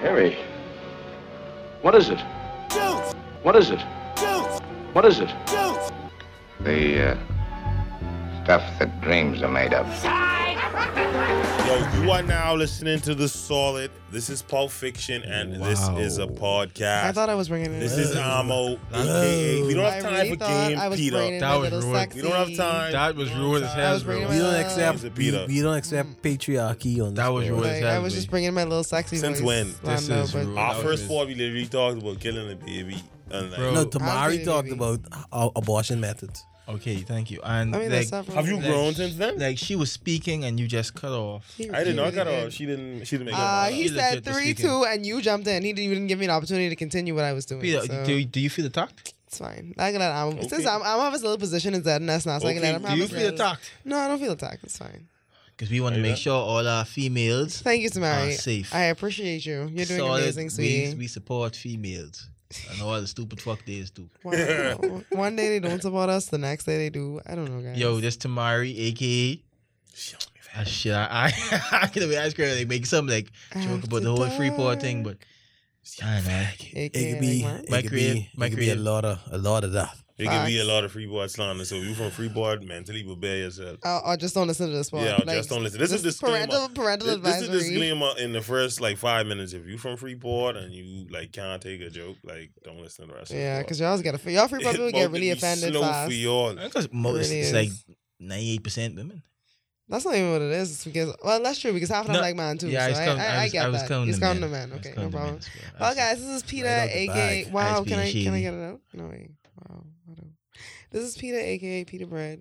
Harry. What is it? What is it? What is it? The uh, stuff that dreams are made of. Yo, you are now listening to the solid. This is Pulp Fiction, and this is a podcast. I thought I was bringing it. this in. is Amo, aka. We don't I have time really for thought I game was Peter. bringing That my was little ruined. sexy. We don't have time. That was ruined as I hell, was bringing bro. my You don't little- accept He's a beat you, up. you don't accept patriarchy on this. That was show. yours. Like, I was just bringing my little sexy. Since voice, when? This Lando, is but- rude. Our That was first his- part, we literally talked about killing the baby. And like, Bro. No, I'll be Tamari the talked baby. about uh, abortion methods. Okay, thank you. And I mean, like, that's not have you like, grown since then? like she was speaking and you just cut off. He- I he didn't know. I really got her. did. She didn't. She didn't make Uh, it. he He's said legit just three, speaking. two, and you jumped in. He didn't even give me an opportunity to continue what I was doing. Peter, so do, do you feel attacked? it's fine. I can let him. Okay. Since I'm, I'm of his little position is that and that's not. So I can Okay, let him do have Do you his feel little- attacked? No, I don't feel attacked. It's fine. Because we want Are to you make there? sure all our females Thank you, Tamari. Are Ah, safe. I appreciate you. You're doing solid. amazing, sweetie. We, we support females and all the stupid fuck days do. Wow. One day they don't support us, the next day they do. I don't know, guys. Yo, this Tamari, aka. Ah, shit, I, I, I can ask her like make some like joke about the whole After free Freeport thing, but dark. I don't know. AK, It could be, like, what? it My could creative- be, my it could be a creative- lot of a lot of that. It can be a Facts. lot of freeboard slander. So if you from freeboard, mentally prepare yourself. I'll, I'll just don't listen to this one. Yeah, I'll just don't listen. This is disclaimer. parental parental This, this advisory. is disclaimer in the first like five minutes. If you from Freeport and you like can't take a joke, like don't listen to the rest. yeah, because of y'all get a y'all free the people get really offended slow fast. for y'all. Because most really it's like is. ninety eight percent women. That's not even what it is. It's because well, that's true because half of them No, like man too. Yeah, so I, was I, count- I, I, was- get was that. counting He's the counting the men. man. I was Okay, no counting the problem. men as well. I Well, was- guys, this is Peter, out the aka bag. Wow. Ice Can I being can I shady. get it out? No wait. Wow. I don't- This is Peter, aka Peter Bread.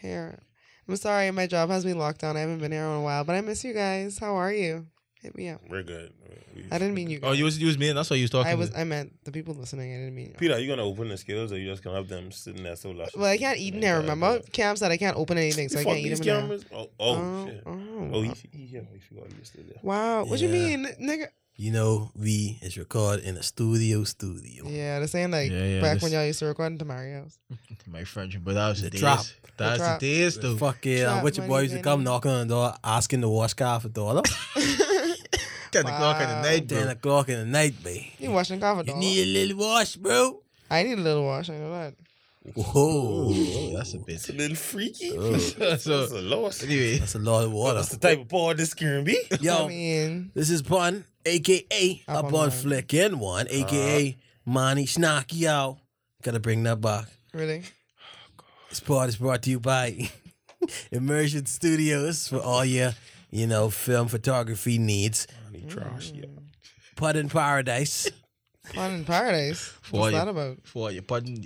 Hair. I'm sorry, my job has been locked down. I haven't been here in a while, but I miss you guys. How are you? Hit me up. We're good. We- I didn't mean you. Guys. Oh, you was you was me, and that's why you was talking. I was. to- I meant the people listening. I didn't mean. Peter, are you gonna open the skills or you just gonna have them sitting there so luscious? Well, I can't eat in there. Remember, Cam said I can't open anything, so I fuck can't eat these them in there. cameras. Oh, oh, shit. oh, Oh, he, he, yeah, he forgot he was still there. wow. What you Yeah. mean, nigga? You know, we is recorded in a studio, studio. Yeah, the same like Yeah, yeah, back this- when y'all used to record into Mario's. my French, but that was the The trap. days. That's the trap. days, though. Fuck yeah, Trap I wish your money, boys baby. would come knocking on the door asking to wash car for dollar. Ten o'clock in the Wow. night, Ten bro. o'clock in the night, babe. you washing car for You dog. need a little wash, bro. I need a little wash. I know that. Oh, Whoa, that's a bit. It's a little freaky. Oh. That's a loss. Anyway, that's a lot of water. That's the type of pod this can be. I Yo, mean, This is Pun, aka Up on Up on One. Flickin' One, aka Monty Schnock, yo. Gotta bring that back. really. This part is brought to you by Immersion Studios for all your, you know, film photography needs. Money trash, yeah. Pun in Paradise. Fun in paradise. For What's you. that about? for your pardon,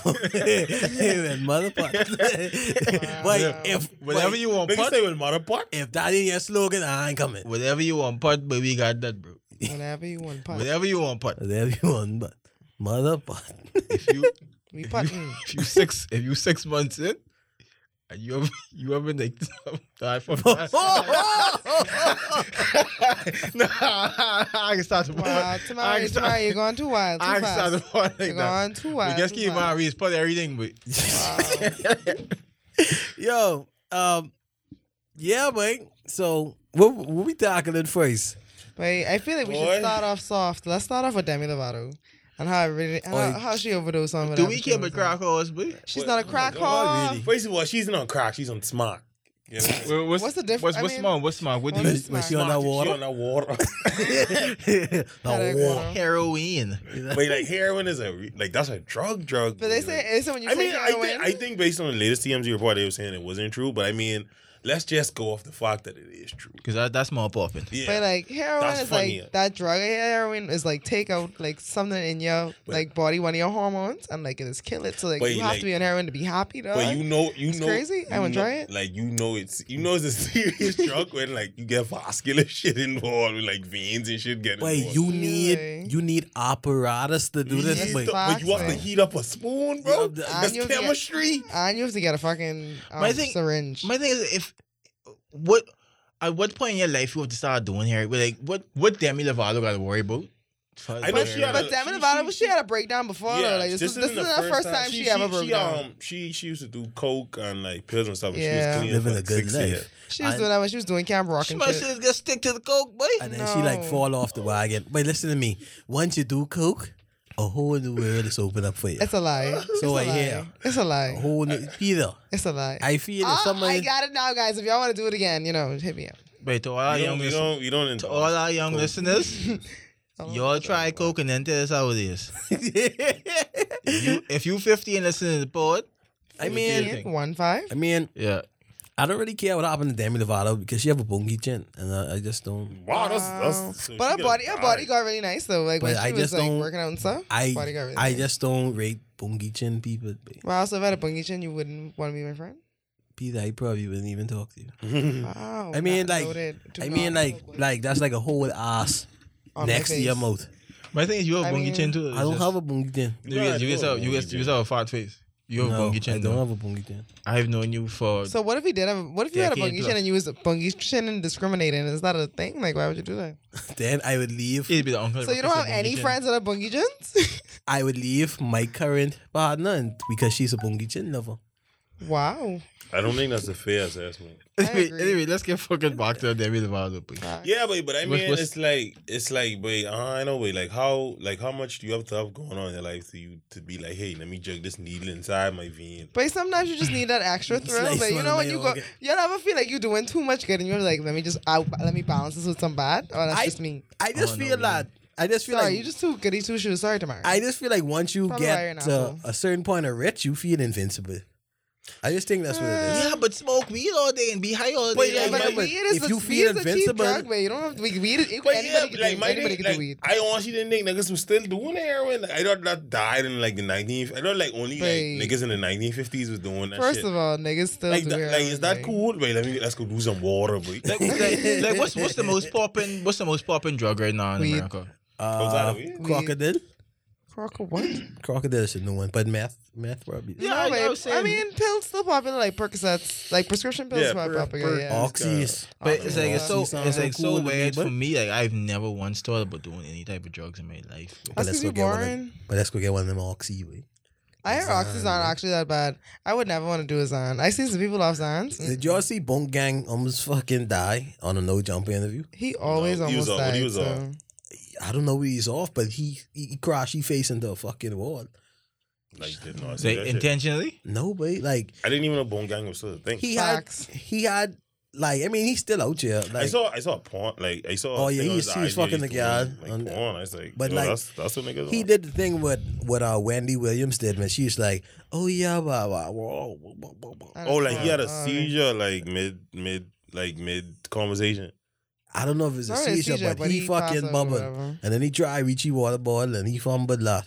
And Mother Pun. Wait, if, whatever wait, you want, Nigga pun, say with mother pot. if that ain't your slogan, I ain't coming. whatever you want, pun, but we got that, bro. Whatever you want, pot. Whatever you want, pun. Whatever you want, but Mother Pun. If you We If putting. if you six if you six months in and you have you haven't like died from no, I, I can start tomorrow. Wow, I tomorrow, can tomorrow start, you're going too wild. Too I can start fast. tomorrow like You're that. going too We wild. just too keep fast. my reads, put everything, but Wow. Yo, um, yeah, man. So what what we tackling first? Wait, I feel like we Boy. should start off soft. Let's start off with Demi Lovato and how I really how, Oi. how she overdosed on. do whatever we she keep a was on. crack horse, boy? She's not a crack Oh my God, whore. really? First of all, she's not on crack. She's on smart. You know what I mean? What's, What's the diff- What's, I what's mean- smart? What's smart? What do Well, you When, it's when not- she on Smart, She that water? on that water. the That water. heroin? but like heroin is a re- like that's a drug drug. But they dude. say it's when you I take mean, I heroin. think, I think based on the latest TMZ report, they were saying it wasn't true. But I mean, let's just go off the fact that it is true. Because that, that's more popping. Yeah, But like heroin That's is funnier. like that drug. Heroin is like take out like something in your But- like body, one of your hormones, and like it is kill it. So like But you you have like- to be on heroin to be happy, though. but you know, you It's know, crazy. I you would know- try it. Like you know, it's you know, it's a serious drug when like you get vascular shit involved, with, like veins and shit getting. Wait, involved. you need Really? you need apparatus to do Yes, this. Wait, the- but you have to Foxy. heat up a spoon, bro. You have to- That's And you get- chemistry. and you have to get a fucking um, My thing- syringe. My thing is, if what at what point in your life you have to start doing here? Like, what what Demi Lovato got to worry about Fuzz I know she Bear. had But a- Devin she- Nevada, she- she, had a breakdown before. though. Like this, is this isn't the first time she, ever broke she, down. Um, she she used to do coke and like pills and stuff. And Yeah. she was clean Living for a like good six life. years. She was I- doing that when she was doing camp rock She and might shit. just stick to the coke, boy. And then she like No. fall off the wagon. Wait, listen to me. Once you do coke, a whole new world is open up for you. It's a lie. It's a So I lie. hear. It's a A lie. whole new Peter. It's a lie. I feel Oh, if I somebody got it now, guys. If y'all want to do it again, you know, hit me up. Wait, to all our You don't, young you listeners, don't you don't to all our young Coke. listeners, Oh, y'all try coke and then tell us how it is. If you- if you 50 and listen to the pod, I Yeah. mean One five. I mean, yeah, I don't really care what happened to Demi Lovato because she have a bonky chin and I, I just don't Wow, that's, that's so But she her body, got her body died. got really nice though. Like when But she I was just like don't- working out and stuff. I body got really I nice. just don't rate bonky chin people. Wow, so if I had a bungee chin, you wouldn't want to be my friend. Peter, I probably wouldn't even talk to you. Wow. Mm. I mean, not like- loaded. Do I mean not like look like that's like a whole ass on my next to face. your mouth. my thing is you have I bongy mean, chin too. I don't have a bonky chin. You guys, you guys have you guys you guys have a fat face. You have No, bongy I chin. don't though. have a bonky chin. I've known you for So what if you did have? What if you had a Decade bungee chin plus. and you was a bungee chin and discriminating? Is that a thing? Like, why would you do that? Then I would leave. it'd be the uncle. So that you don't have requested bongy any chin. friends that are bungee chins? I would leave my current partner and- because she's a bonky chin lover. wow. I don't think that's a fair assessment. I Anyway, agree. anyway, let's get fucking back to Demi Lovato, please. Fuck. Yeah, but but I What's- mean, what's- it's like it's like, but I know, but like how like how much do you have to have going on in your life to you to be like, hey, let me jerk this needle inside my vein? But sometimes you just need that extra thrill. nice like, you one, know, when like, you go, okay. you never feel like you're doing too much good, and you're like, let me just, I, let me balance this with some bad. Oh, that's I- just me. I just Oh, no, feel that. I just feel Sorry, like you just too goody two shoes. Sorry, Tamara. I just feel like once you Probably why you're get an to asshole. a certain point of rich, you feel invincible. I just think that's what it Uh, is. Yeah, but smoke weed all day and be high all But day. yeah, Yeah, but my- weed is if a, you weed feel is a cheap invincible- drug, man. You don't have to, like, weed. It, anybody yeah, can do, like my anybody thing, can like, do weed. I honestly didn't think niggas was still doing heroin. I thought that died in like the 19. I thought like only like Babe. niggas in the 1950s was doing that First shit. of all, niggas still like, do that, heroin, like is that like- cool? Wait, let me let's go do some water, boy. Like, Like, like, like, what's what's the most popping what's the most popping drug right now in Weed. America? was Uh, that a weed? crocodile, Crocker, what? crocodile should know one, but meth, meth probably. Yeah, I- I babe. was saying- mean, pills still popular, like Percocets, like prescription pills Yeah, pop- per- popular. per- yeah. Oxys. But it's like it's so Oxy it's sounds so like cool so to me, weird but- for me. Like I've never once thought about doing any type of drugs in my life. But That's because let's go you're get one. Of, boring. but let's go get one of them oxy. Way. I hear Ox is not actually that bad. I would never want to do a Zan. I see some people off Zans. Did y'all see Bunk Gang almost fucking die on a no jumper interview? He always No, he was almost off. died. He was so. off. I don't know what he's off, but he he, he crashed. He faced into a fucking wall. like did not It's see like that shit. intentionally? Nobody like I didn't even know Bone Gang was still a thing. he Facts. had he had like I mean he's still out here. Like I saw I saw a porn like I saw. a Oh, yeah, thing he on was- his he was IG, fucking the doing, guy Like, on- porn. I was like, But, yo, like, that's that's what niggas. He on. did the thing what what uh, Wendy Williams did when she was like, "Oh yeah, blah, blah, blah, blah, blah, blah, blah." I don't Oh, like he know. had a Oh, seizure like mid mid like mid conversation. I don't know if it's a Not really seizure, but, he, passed fucking out or bubbled. whatever. And then he tried Richie water bottle and he fumbled that,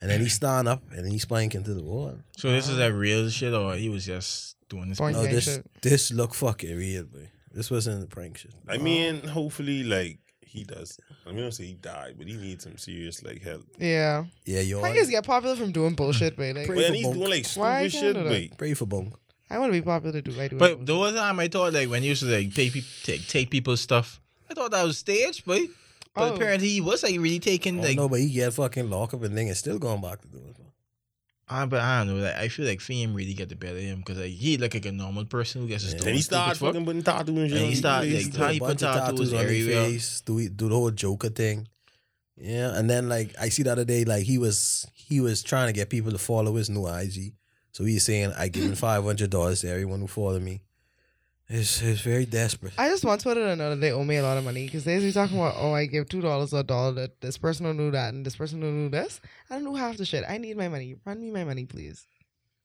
and then he stand up and he spanked into the wall. So this is like real shit, or he was just doing this? Boing. No, Prank this shit. this look fucking real, boy. This wasn't a prank shit. I mean, hopefully, like he does. I'm gonna say he died, but he needs some serious like help. Yeah. Yeah, you all Punkers get popular from doing bullshit, man. Like, Pray But then for he's Bunk. doing like Why stupid can't shit. it, like- Wait, pray for Bong. I want to be popular to do. I do. But the one time I thought like when you used to like take peop take, take people's stuff, I thought that was staged, but but Oh. apparently he was like really taking Oh, like. no, but he get fucking locked up and thing and still going back to doing it. I, but I don't know. Like I feel like fame really got the better of him because like he look like a normal person who gets his Yeah. yeah. and he started fucking putting tattoos and shit. And on he his started, face. like, How he a bunch put of tattoos tattoos on his everywhere. face, do do the whole Joker thing. Yeah, and then like I see the other day, like he was he was trying to get people to follow his new IG. So he's saying, "I give him five hundred dollars to everyone who follow me." It's it's very desperate. I just want Twitter to know that they owe me a lot of money because they be talking about, oh, I give two dollars or a dollar that this person don't do that and this person don't do this. I don't know half the shit. I need my money. Run me my money, please.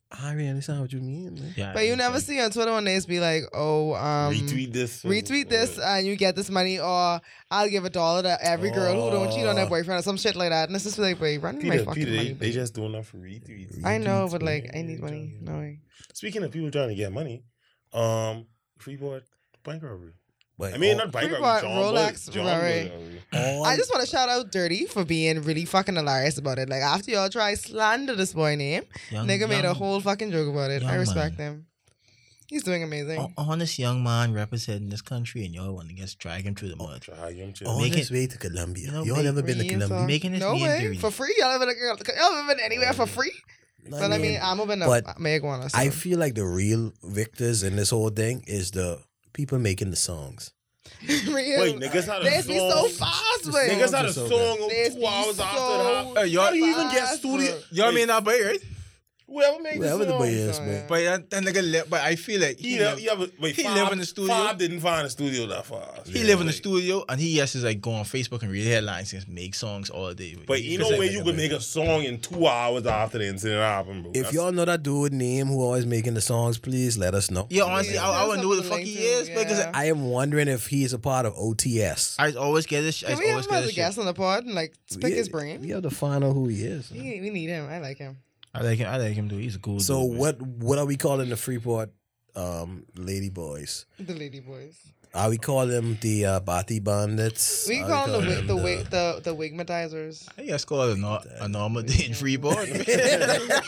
I really understand what you mean, man. Yeah, But you it's never like- see on Twitter when they be like, oh, um, retweet this, retweet this Yeah. and you get this money, or I'll give a dollar to every girl who don't cheat on their Oh. boyfriend or some shit like that. And it's just like, wait, run me my Peter, fucking Peter, they, money. they babe. just doing that for retweets. I know, but Retweets, like, man. I need money. No way. Speaking of people trying to get money, um, Freeboard bank robbery. But I mean, all- not bank Freeport, robbery. John Boy- Rolex John robbery. Boy robbery. all- I just want to shout out Dirty for being really fucking hilarious about it. Like after y'all try slander this boy name, Young- nigga made a young- whole fucking joke about it. I young respect man. him. He's doing amazing. Hon- honest young man representing this country, and y'all want to just drag him through the mud. Drag him to On Make his it- way to Colombia. You You know, all make- never been to Three years Colombia. off. Making this no me way and Theory. for free. Y'all haven't, y'all haven't been anywhere for free. Not But I yet. mean, I'm open But up. Meg want us. I feel like the real victors in this whole thing is the people making the songs. Wait, nigga, it's not a They be so song. fast, Nigga, but it's not a Songs are so song of This two be hours so after that. Hey, y'all- How do you even get studio- Y'all mean that boy, right? Whoever made the Whatever the song. boy is, Sorry. man. But that, that nigga, li- but I feel like He, he, yeah, li- yeah, but wait, he Fab- live in the studio. Fab didn't find a studio that far. he Yeah, live in the like- studio, and he has to like go on Facebook and read headlines and make songs all day. But He you know feels where like you that could way. make a song in two hours after the incident happened, bro. If That's- y'all know that dude name who always making the songs, please let us know. Yeah, honestly, Yeah, I, I wouldn't know who the something fuck like he that, is because yeah. I, I am wondering if he's a part of OTS. I always get this. I can we always have him get as a this. shit. guest on the pod and like pick his We- brain? We have to find out who he is. We, we need him. I like him. I like him. I like him. Dude, he's a cool. So dude, man. what what are we calling the Freeport um, lady boys? The Lady Boys. Are we calling them the uh, Bati Bandits? We Are call him the wi- the calling them wi- the the wigmatizers. I guess called a, no, a normal day in Freeport.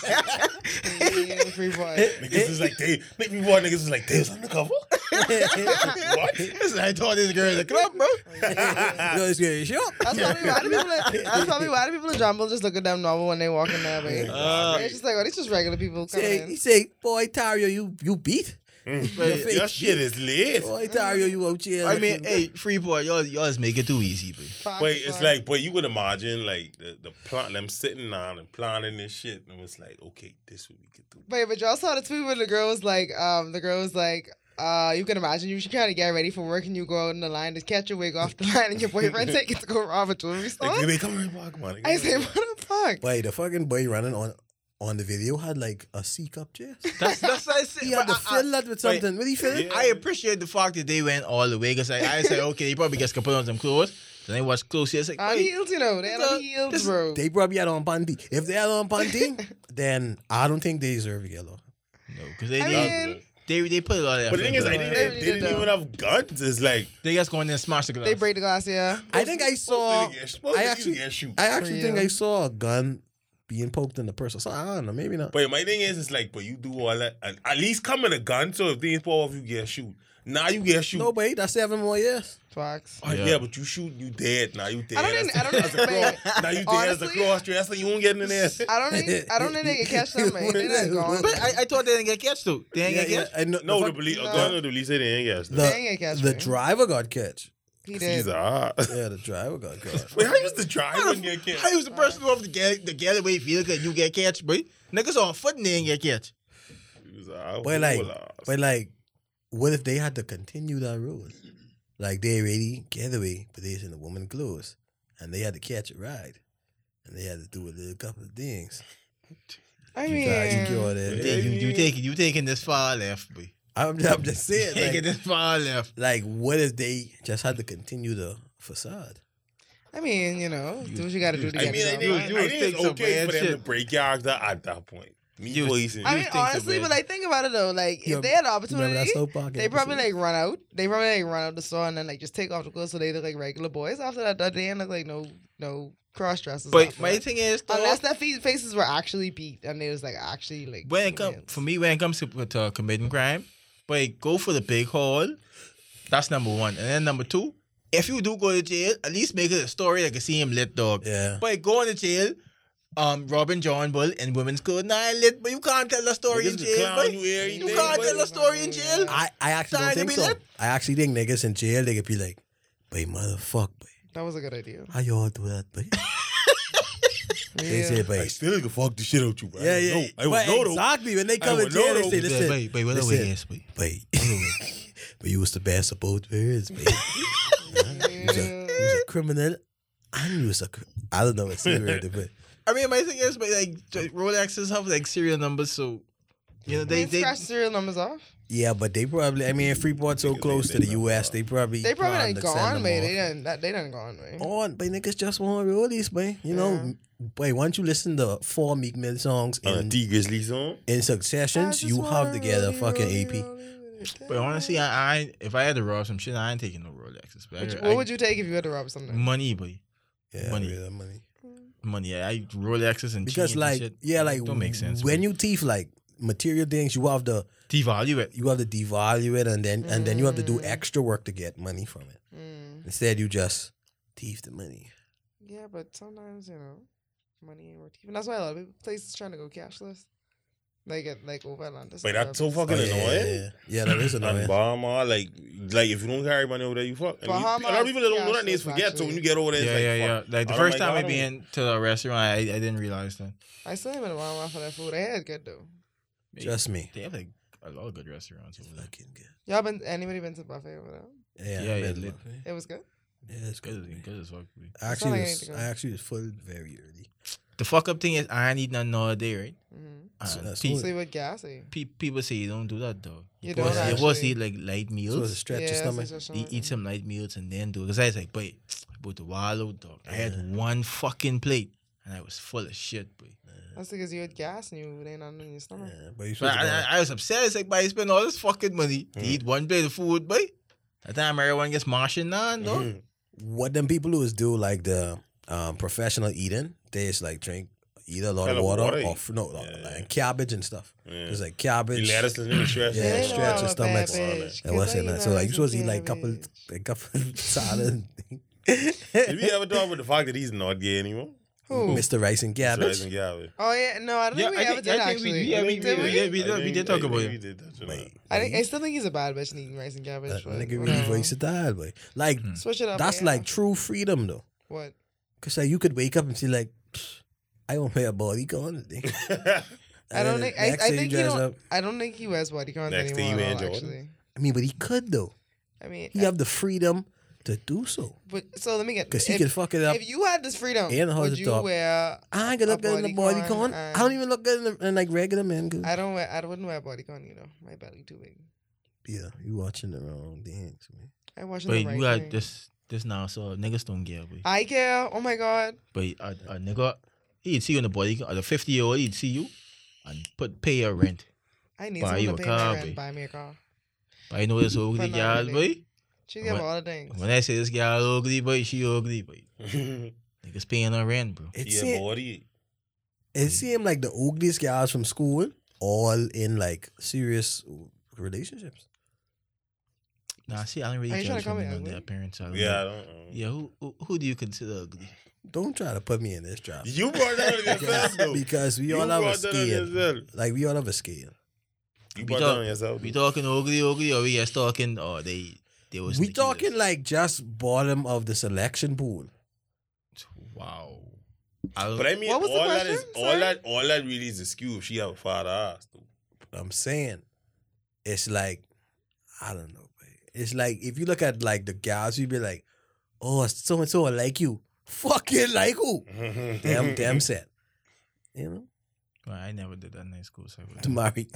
Yeah, free boy. Niggas is like they, niggas be boy, niggas is like they was undercover. what? This- I told this girl in the club, bro. No, it's good. Sure. That's probably why the people. That's probably why the people in Jumbo just look at them normal when they walk in there, babe. Uh, it's just like, oh, these just regular people coming Say, he in. say, boy, Tario, you you beat. but, Your shit is lit. Boy, Tario, you out here. I mean, looking- hey, Freeport, y'all, y'all just make it too easy, bro. Five Wait, it's o'clock. like, boy, you would imagine like the, the plot them sitting down and planning this shit, and it's like, okay, this what we could do. Wait, but y'all saw the tweet where the girl was like, um, the girl was like, uh, you can imagine you should try to get ready for work and you go out in the line to catch your wig off the line and your boyfriend take it to go rob a jewelry store. Like, they come here, walk, man. I say, what the fuck? Wait, the fucking boy running on on the video had like a C cup chest. That's that's what I said. He had to but I, I- fill that with something. What he fill it? Yeah. I appreciate the fact that they went all the way because I, I said, okay, they probably just can put on some clothes. Then they watch close. It's like, On wait, heels, you know, they This- on heels, this- bro. They probably had on panty. If they had on panty, then I don't think they deserve yellow. no, because they, I they, mean, they they put a lot of. But the thing is, like, Yeah. they, They didn't- really they did didn't though. even have guns. It's like they just go in there and smash the glass. they break the glass, yeah. I think I saw. I actually, I actually think Yeah. I saw a gun being poked in the person. So I don't know. Maybe not. But my thing is, it's like, but you do all that, and at least come with a gun. So if things fall off, you get shoot. Now you get shoot. No, wait, that's seven more years. Fox. Oh, yeah. Yeah. but you shoot, you dead. Now you dead. I don't That's even- I don't the- that's the even- cross- Now you dead as a Honestly- cross dresser. You won't get in there. I don't think I don't think they can catch them, man. They not going. But I, I thought they didn't get catch though. They didn't get catch. I know- No, the fuck- police, a no. gun or the police say they ain't gas. the, They ain't get catch, the man. driver got catch. He He's did. a hot. Yeah, the driver got catch. Wait, how you used to drive when you get I was the person off the get the getaway vehicle and you get catch, boy. Niggas on foot and they ain't get catch. But like, but like, what if they had to continue that road? Like they already getaway, but they's in the woman clothes, and they had to catch a ride, and they had to do a little couple of things. I You mean, got- you got it. They- you you taking you taking this far left, boy. I'm, I'm just saying, Taking like, this far left. like, what if they just had to continue the facade? I mean, you know, do what you got to do to I mean, get I it think, You- done. you I would think it's think some okay bad for them to shit. break character at that point. Me You- policing. I you mean, think so, honestly, man. but like think about it though. Like Yeah, if they had the You remember that opportunity, soap pocket? they probably episode? like run out. They probably like run out the store and then like just take off the clothes so they look like regular boys. After that, they ain't look like no no cross dressers. But my thing is, though, unless their fe- faces were actually beat and they was like actually like when it come, mans. for me, when it comes to, to uh, committing crime, but go for the big haul. That's number one, and then number two, if you do go to jail, at least make it a story like a him lit dog. yeah. But going to jail, um, Robin John Bull in women's code, nah, lit, but you can't tell a story in jail. But you you You can't boy. tell a story in jail. I, I actually don't Sorry to think be so. late. I actually think niggas in jail they could be like, "Boy, motherfuck, boy, That was a good idea. how y'all do that, boy?" They Yeah. say, "Boy, still can fuck the shit out you, bro. Yeah, yeah. but exactly. When they come in would know jail, they though. say, Yeah, listen, wait, wait, wait, listen, wait, yes, wait. wait. but you was the best of both worlds, man. you, was a, you was a criminal and you was a, cr- I don't know what's the but I mean, my thing is, but like Rolexes have like serial numbers, so you know they They, they. scratch serial numbers off. yeah, but they probably, I mean, Freeport's so Niggas close ain't to the been no U.S., far. they probably They probably planned like to send gone, them man. They off. done that. They done gone, man. On, Oh, but niggas just want royalties, man. You know, boy, once you listen to four Meek Mill songs Uh, in, D Grizzly song. in I successions, just you have wanna to get a roll you, fucking roll you, AP. roll you, roll you. But honestly, I, I if I had to rob some shit, I ain't taking no Rolexes. But Would you- I, what would you take if you had to rob something? Money, boy. Yeah, Money. real money. Money. I, I Rolexes and chains because and like shit yeah like don't make sense. when boy. you thief like material things, you have to Devalue it. you have to devalue it, and then and then you have to do Mm. extra work to get money from it. Mm. Instead, you just thief the money. Yeah, but sometimes you know, money ain't worth even. That's why a lot of people, places trying to go cashless, like at like over Atlanta. Wait, that's so fucking. fucking Oh, yeah, yeah, annoying. yeah. Yeah, that is And annoying. Bahama, like, like if you don't carry money over there, you fuck. And you- Bahama a lot of people that don't know is that names cashless, forget. So when actually. you get over there, Yeah, it's yeah, like, yeah. fuck. Like the Oh I don't first like- time I I don't- been to the restaurant, I, I didn't realize that. I still haven't been around for that food. They had good though. Just me. They have like a lot of good restaurants. Over there. Looking good. Y'all been anybody been to buffet over there? Yeah, Yeah, I yeah, bet, lit. man. It was good. Yeah, it's Good, good. good as fuck. babe. I actually, like I need was, to go. I actually was full very early. The fuck up thing is, I ain't eat nothing all day, right? Mm-hmm. Uh, So that's pe- what- So you were gassy. pe- people say you don't do that, though. You supposed- don't You're supposed to actually. eat like light meals. So it stretch your Yeah, stomach. so it's Mm. just Eat, something. eat some light meals and then do it. Because I was like, but about the wallow, dog. I had one fucking plate and I was full of shit, boy. That's because you had gas and you it ain't nothing in your stomach. Yeah, but you So I, I, I was upset. It's like, but I spent all this fucking money to eat one plate of food, boy. That time everyone gets marching on, dog. Mhm. Mm-hmm. what them people who is do like the um, professional eating, they just like drink either a lot Hell of of water, water, or fr- no, uh, yeah. like cabbage and stuff. Yeah. It's like cabbage. The lettuce and the stress. Yeah, They Yeah, know stretch I'm your a stomach. bad bitch, And 'cause what's I in eat that? So like you nothing supposed to eat like but couple, cabbage. a couple salad. Did we ever talk about the fact that he's not gay anymore? Who? Mr. Rice and That's cabbage. right, and Gavin. Oh yeah, no, I don't think we ever did actually. we, yeah, we, did we, we? yeah, we, I did, we think- did I talk think about We it. did touch on Like, that. I, think, I still think he's a bad bitch and eating rice and cabbage. that but nigga really whatever. versatile, boy. Like Switch it up. that's yeah. like true freedom though, what? cause like you could wake up and see like, "Psh, I don't pay a bodycon. today." I And don't then think. I, next I day you think he dress don't. up. I don't think he wears bodycons Next day anymore. you in at all, Jordan. actually, I mean, but he could though. I mean, He have the freedom to do so, but so let me get. cause he if, can fuck it up. if you had this freedom, And hold would the you top. wear? I ain't gonna a look good in the bodycon bodycon. I don't and- even look good in, the, in like regular man. Cause, I don't wear. I wouldn't wear a bodycon. You know, my belly too big. yeah, you watching the wrong things, man. I wash But the you right got thing. this, this now, so niggas don't care, boy. I care. Oh my god. But a, a nigga, he'd see you in the body, or the 50 year old, he'd see you and put pay your rent. I need Buy you someone a to pay car, my babe. rent. Buy me a car. But I know this ugly But not gal, boy. really. She give What? all the things. When I say this gal ugly, boy, she ugly, boy. yeah, Niggas paying her rent, bro. It seem body. it seem like the ugliest guys from school all in like serious relationships. Nah, see, I don't really Are you trying judge to call me women on their ugly? appearance. I don't Yeah, I know. don't know. Yeah, who, who who do you consider ugly? Don't try to put me in this trap You brought that on yourself, though. because we You all have a brought that on scale. yourself. Like we all have a scale. You We brought talk- that on yourself. We though. talking ugly, ugly, or we just talking? Or they they was We Nikki talking like just bottom of the selection pool. list. wow. I don't, But I mean, What was the all that is question? all Sorry? that all that really is excuse. If she have a fat ass, though. I'm saying it's like I don't know, babe. It's like if you look at like the guys, you'd be like, oh, so and so like you, fucking like who? Damn, damn set. You know, Well, I never did that in high school. So I to wouldn't- marry.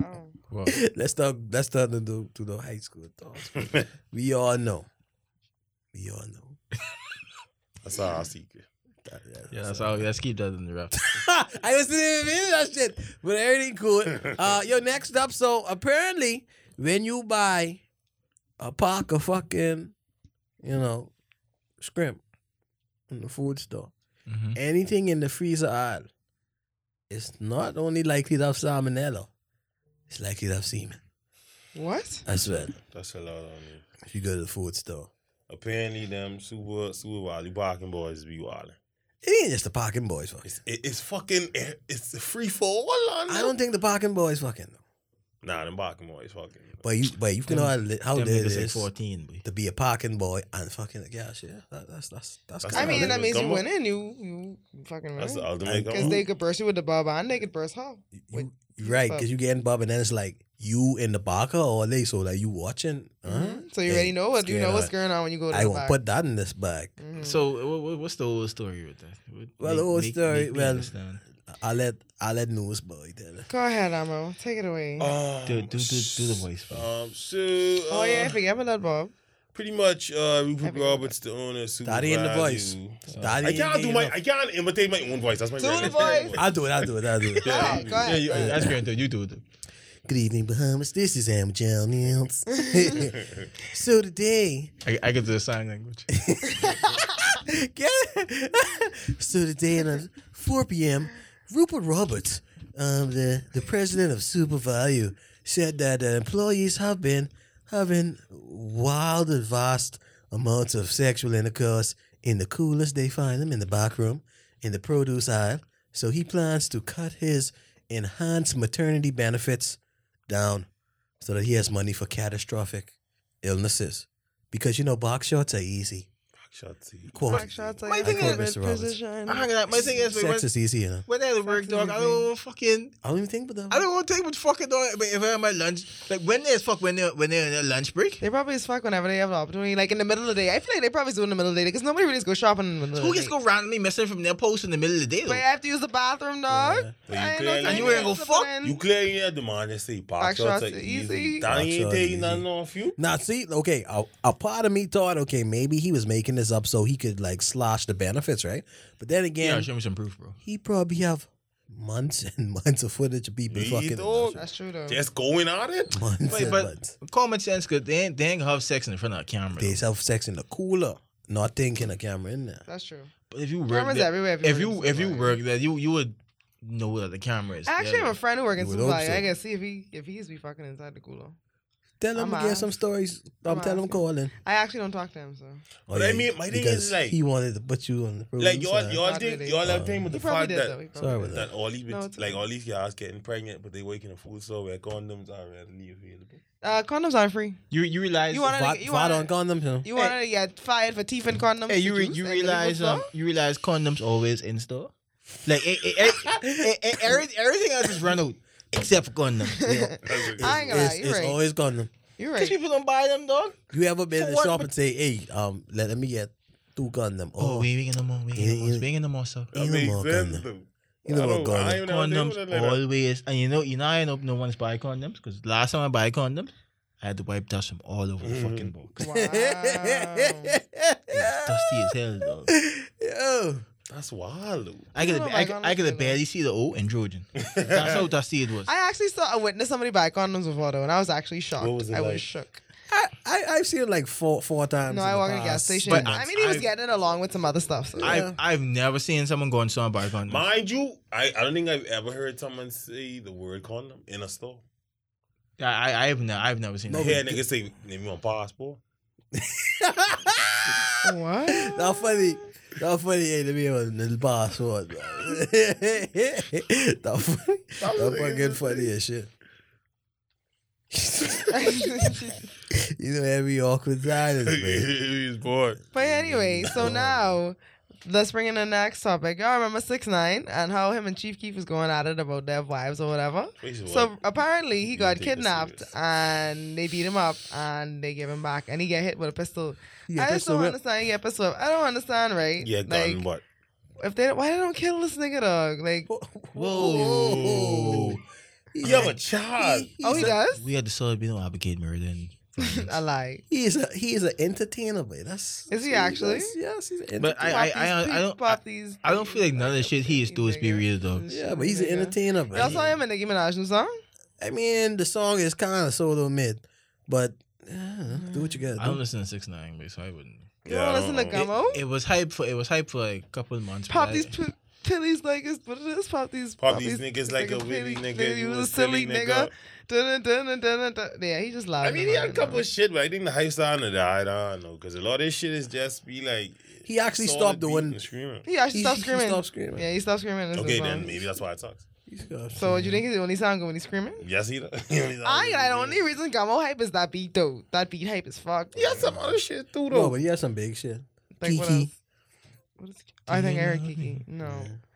Wow. well, let's talk. Let's talk to the, to the high school thoughts. We all know. We all know. That's our secret. That- that- yeah, that's all. Let's keep that in the wrap. I was didn't even mean that shit, but everything cool. Uh, yo, next up. So apparently, when you buy a pack of fucking, you know, scrimp in the food store, Mhm. anything in the freezer aisle, it's not only likely to have salmonella, it's likely to have semen What? as well. That's a lot on you. If you go to the food store, Apparently, them super super wally parking boys be wilding. it ain't just the parking boys fucking. It's it, it's fucking it's a free for all on. I them. don't think the parking boys fucking. Though. Nah, them parking boys fucking. But you, but you can Them- know how, li- how Them lit it niggas like is. fourteen, boy. to be a parking boy and fucking like, yeah, shit. That, that's that's that's. That's I kinda mean, that lit. means you Come on. winning. You you fucking That's the winning. ultimate. I- Because goal. they could burst you with the bob and they could burst her. Wait, you, you right because you getting Bob and then it's like you in the barker all day, so like you watching. Huh? Mhm. So you Mm-hmm. Hey, already know what you scared know what's of- going on when you go to I the will bar. put that in this bag. Mhm. So what, what, what's the old story with that? What- Well, the old story, me well- understand. I let I let news boy tell it. go ahead, Amo. Take it away. Oh. Um, Do- do- do- do the voice, bro. Um, so oh yeah, I uh, forget about that, Bob. pretty much uh, Rupert Everyone. Roberts, the owner, of super Daddy in the voice. Value. Daddy I ain't can't do getting my. enough. I can't imitate my own voice. That's my. Do the very- voice. I'll do it. I'll do it. I'll do it. Yeah. Alright, Oh, go ahead, you, go ahead. that's great. though. You do it. though. Good evening, Bahamas. This is Am Jones. so today, I, I can do the sign language. Get- so today at uh, 4 p.m., Rupert Roberts um, the the president of Super Value said that the employees have been having wild and vast amounts of sexual intercourse in the coolers they find them in the back room, in the produce aisle. So he plans to cut his enhanced maternity benefits down so that he has money for catastrophic illnesses. Because you know, box shots are easy. Shots. Quote. Back shots like My my thing thing is- Mr. Roberts. position. I hang out. My thing is, wait, Sex what, is easy, you know. what that work, Sex is dog? I easy. don't want fucking. I don't even think about I that. don't want to take much fucking dog. But if I have my lunch, like when there's fuck when they are when they're in their lunch break, They probably as fuck whenever they have an opportunity. Like in the middle of the day. I feel like they probably do in the middle of the day because nobody really just go shopping in the middle who of the gets day. go randomly missing from their post in the middle of the day? Wait, I Though? have to use the bathroom, dog. But you I ain't no clearly- time And you to ain't gonna slip fuck? in. You clearly hear the man they say Back back shots shots are are easy. easy. Back That ain't shots take are nothing easy. off you. Now, see, okay, a, a part of me thought, okay, maybe he was making this up so he could like slash the benefits, right? But then Yeah, again, show me some proof, bro. he probably have months and months of footage of people Me fucking. dog. That's true though. Just going at it. Months Wait, and but- months. Common sense, cause they ain't, they ain't gonna have sex in front of a camera. They though. self sex in the cooler, not thinking a camera in there. That's true. But if you work, Cameras there, everywhere. if work you in if you Supervisor. work there, you you would know that the camera is. I actually there. have a friend who works in You would hope Supervisor. so. I gotta see if he if he's be fucking inside the cooler. Tell him I'm to get ass. some stories. I'm, I'm telling ass, him yeah. calling. I actually don't talk to him, so Oh, But I mean, my thing is, because like- he wanted to put you on the produce Like y'all, line. y'all Not think really. y'all have Uh, thing with he the probably fact did though. that He probably Sorry did. about that all these No, bitch- it's like okay. all these guys getting pregnant, but they working in food store where condoms are readily available. Uh, condoms aren't free. You you realize You wanna- Vod- you Vod wanna- on condom. huh? You wanted to get fired for teeth and condoms. Hey, you to re- use you at the liquor realize store? um you realize condoms always in store. Like eh, eh, eh, eh, eh, every- everything else is run out except for condoms. I ain't gonna lie. It's, it's You're right. always condom. You're Because right. people don't buy them, dog. You ever been in the What? shop and say, "Hey, um, let, let me get two condom"? Oh, Oh, we ain't no more. We Yeah, ain't no more. yeah. We ain't no more. So You That know makes more sense. condom. though. You know I more don't- condom. I ain't never deal with condoms it like that. always, and you know, you know, I know no one's buy condoms because last time I buy condoms, I had to wipe dust from all over the fucking box. Wow. It's dusty as hell, dog. Yo, That's wild. though. I could don't I buy could, condoms I like could that. barely see the O in Trojan. That's how dusty it was. I actually saw a witness somebody buy condoms before though, and I was actually shocked. What was it I like? was shook. I, I I've seen it like four four times. No, in I the walked in a gas past station. two But months. I mean, he was I've- getting it along with some other stuff. So I've I've never seen someone go and saw and buy condoms. Mind you, I, I don't think I've ever heard someone say the word condom in a store. I I- I've never I've never seen No, that. yeah, niggas say name on passport. what? Not funny. Not funny. Hey, let me have the password. bro. Not funny. Not fucking funny as shit. you know every awkward time. man. He's bored. but anyway, so now let's bring in the next topic. Y'all remember Six Nine and how him and Chief Keef was going at it about their wives or whatever. So apparently he You got take this kidnapped serious. and they beat him up and they gave him back and he get hit with a pistol. Yeah, I that's just so don't real. understand. Yeah, pistol. whip. I don't understand, right? yeah, gun, like but if they why they don't kill this nigga dog? Like Whoa. Whoa. you have a child. He- he's oh he a- does. We had to solve. We don't advocate murder. And I lie. He's a he's an entertainer, boy. That's Is he that's what actually? does. Yes, he's an But entertainer. I- Pop I- these I peas, don't- pop these I don't feel like none of the peas, shit he is do is be nigga. real though. yeah, but he's an Nigga. entertainer. boy. Y'all saw him in Nicki Minaj new song. I mean, the song is kind of solo mid, but I don't know, do what you gotta I don't do. listen to Six Nine, but so I wouldn't. You Yeah, I don't listen to don't know. Gummo? It, it was hype for it was hype for like a couple of months. Pop but these I- p- pillies like it's what it is. Pop these Pop these niggas like a willy willy nigga. You was a silly nigga. Dun, dun, dun, dun, dun, dun. Yeah, he just lied. I mean, he had a couple of shit, but I think the hype sound of that, I don't know, because a lot of this shit is just be like. He actually solid stopped beat doing. and screaming. He actually He- stopped he screaming. stopped screaming. Yeah, he stopped screaming. in the Okay, song. then maybe that's why it sucks. he stopped So do you screaming. think he's the only sound good when he's screaming? Yes, he does. I ain't the only reason Gummo hype is that beat though. That beat hype is fucked. He had some other shit too, No, though. but he had some big shit. Like what Kiki. else? What is? I you think Eric love Kiki. me? No.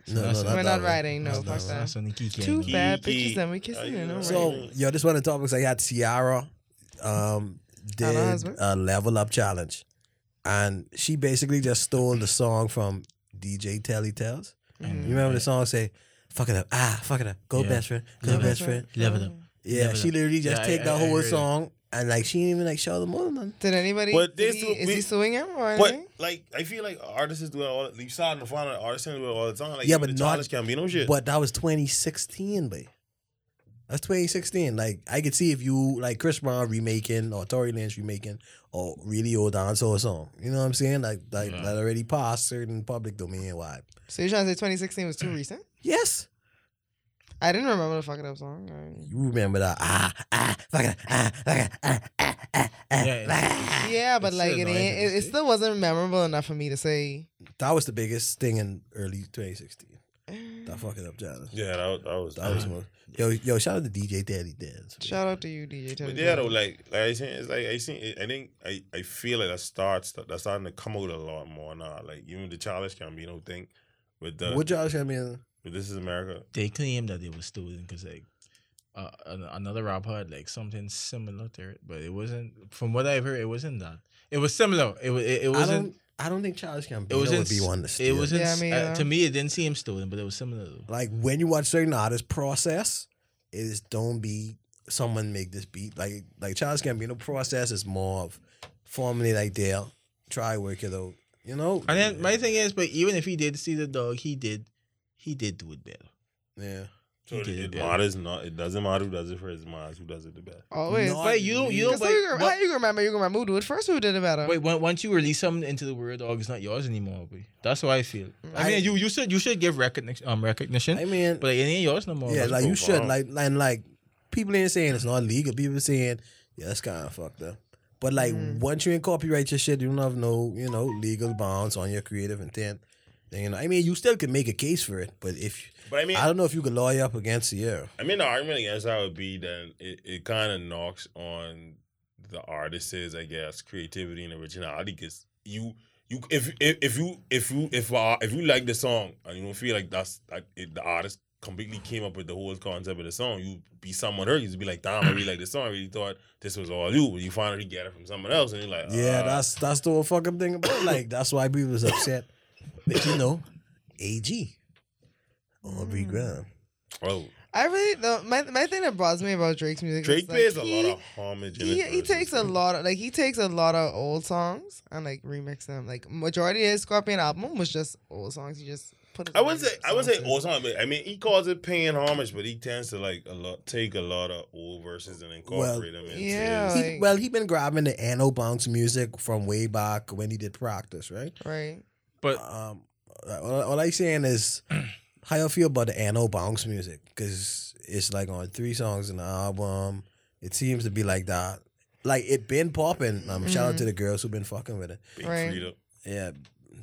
No, That's it. no, not We're that not one. riding. No, That's fuck not that. That's on the key Two gang. bad Kiki. bitches and we kissing Are in you a not- ring. So, yo, this one of the topics I had. Ciara um, did husband? a level up challenge, and she basically just stole the song from DJ Telly Tells. You Mhm. remember the song say, "Fuck it up, ah, fuck it up, go Yeah. best friend, go Level best friend." Level up. Yeah, Level she up. literally just Yeah, I- take I- the I whole heard it. song and like she didn't even like show the more than Did anybody? But did this he- is we- he suing him or But anything? like, I feel like artists do it all. You saw in the final artists do it all the time. Like, Yeah, even but the not- Childish Gambino shit. But that was 2016, babe. That's 2016. Like I could see if you like Chris Brown remaking or Tory Lanez remaking or really old dancehall song. You know what I'm saying? Like like Yeah. that already passed certain public domain wide. So you're trying to say 2016 was too recent? Yes. I didn't remember the fucking up song. Alright. You remember that? Ah, ah, fuck it, ah, fuck it, ah, ah, ah, ah, Yeah, fuck it. Yeah, but It's like still it, annoying ain't, to it, it this day. still wasn't memorable enough for me to say. That was the biggest thing in early 2016. Shout That fucking up channel. Yeah, that, that was. That was one. Yo, yo, shout out to DJ Daddy Dance. man. out to you, DJ. But Teddy yeah, Bear. though, like, like I seen, it's like I seen. I think I, I feel like that starts that's starting to come out a lot more now. Like even the Childish Gambino thing with the What y'all shout me in? with This Is America. They claimed that it was stolen because like uh, an- another rap had like something similar to it, but it wasn't. From what I've heard, it wasn't that. It was similar. It was. It, it I wasn't. don't, I don't think Charles Gambino It wasn't. would be s- one to It steal. wasn't. Yeah, I s- mean, uh, yeah. To me, it didn't seem stolen, but it was similar. Though. like when you watch certain artists process, it is don't be someone make this beat. Like like Charles Gambino process is more of formulate idea, try work it out. You know? And then my thing is, but even if he did see the dog, he did, he did do it better. Yeah. So He it, did it it, yeah. matters not. It doesn't matter who does it first. It matters who does it the best. always. Not But you don't- you don't- Because but- how, you, gonna- but- how you gonna remember? You gonna remember who do it first? Who did it better? Wait, on- once you release something into the world, dog, it's not yours anymore. Boy. That's what I feel. I, I- mean, you you should you should give recognition, um, recognition, I mean but it ain't yours no more. Yeah, That's like you cool. should on. like and like people ain't saying it's not legal. People saying, Yeah, that's kinda fucked up. But like Mm. once you in copyright your shit, you don't have no, you know, legal bounds on your creative intent. Then, you know, I mean you still can make a case for it, but if But I mean, I I, don't know if you could lawyer up against it, yeah. mean, the argument against that would be that it, it kind of knocks on the artist's, I guess, creativity and originality. Because you, you, if, if if you if you if uh, if you like the song and you don't feel like that's like it, the artist completely came up with the whole concept of the song, you be someone hurt. You'd be like, damn, I really like the song. I really thought this was all you. But you finally get it from someone else, and you're like, Yeah, "Ah." that's that's the whole fucking thing about it. like that's why people was upset. But you know, AG. Aubrey Mm. Graham. oh, I really though my my thing that bothers me about Drake's music. Drake is, like, pays he- a lot of homage. in He, his he verses. takes a lot of like he takes a lot of old songs and like remix them. Like majority of his Scorpion album was just old songs. He just put. his I wouldn't own say I would songs say in. old song, but I mean he calls it paying homage, but he tends to like a lot take a lot of old verses and incorporate them into yeah. his. He, well, he been grabbing the Anno Bounce music from way back when he did practice, right? Right. But Um all, all I saying is how you feel about the Anno Bounce music? Cause it's like on three songs in the album. It seems to be like that. Like it been popping. Um, shout out Mhm. to the girls who been fucking with it. Big Right. freedom. Yeah,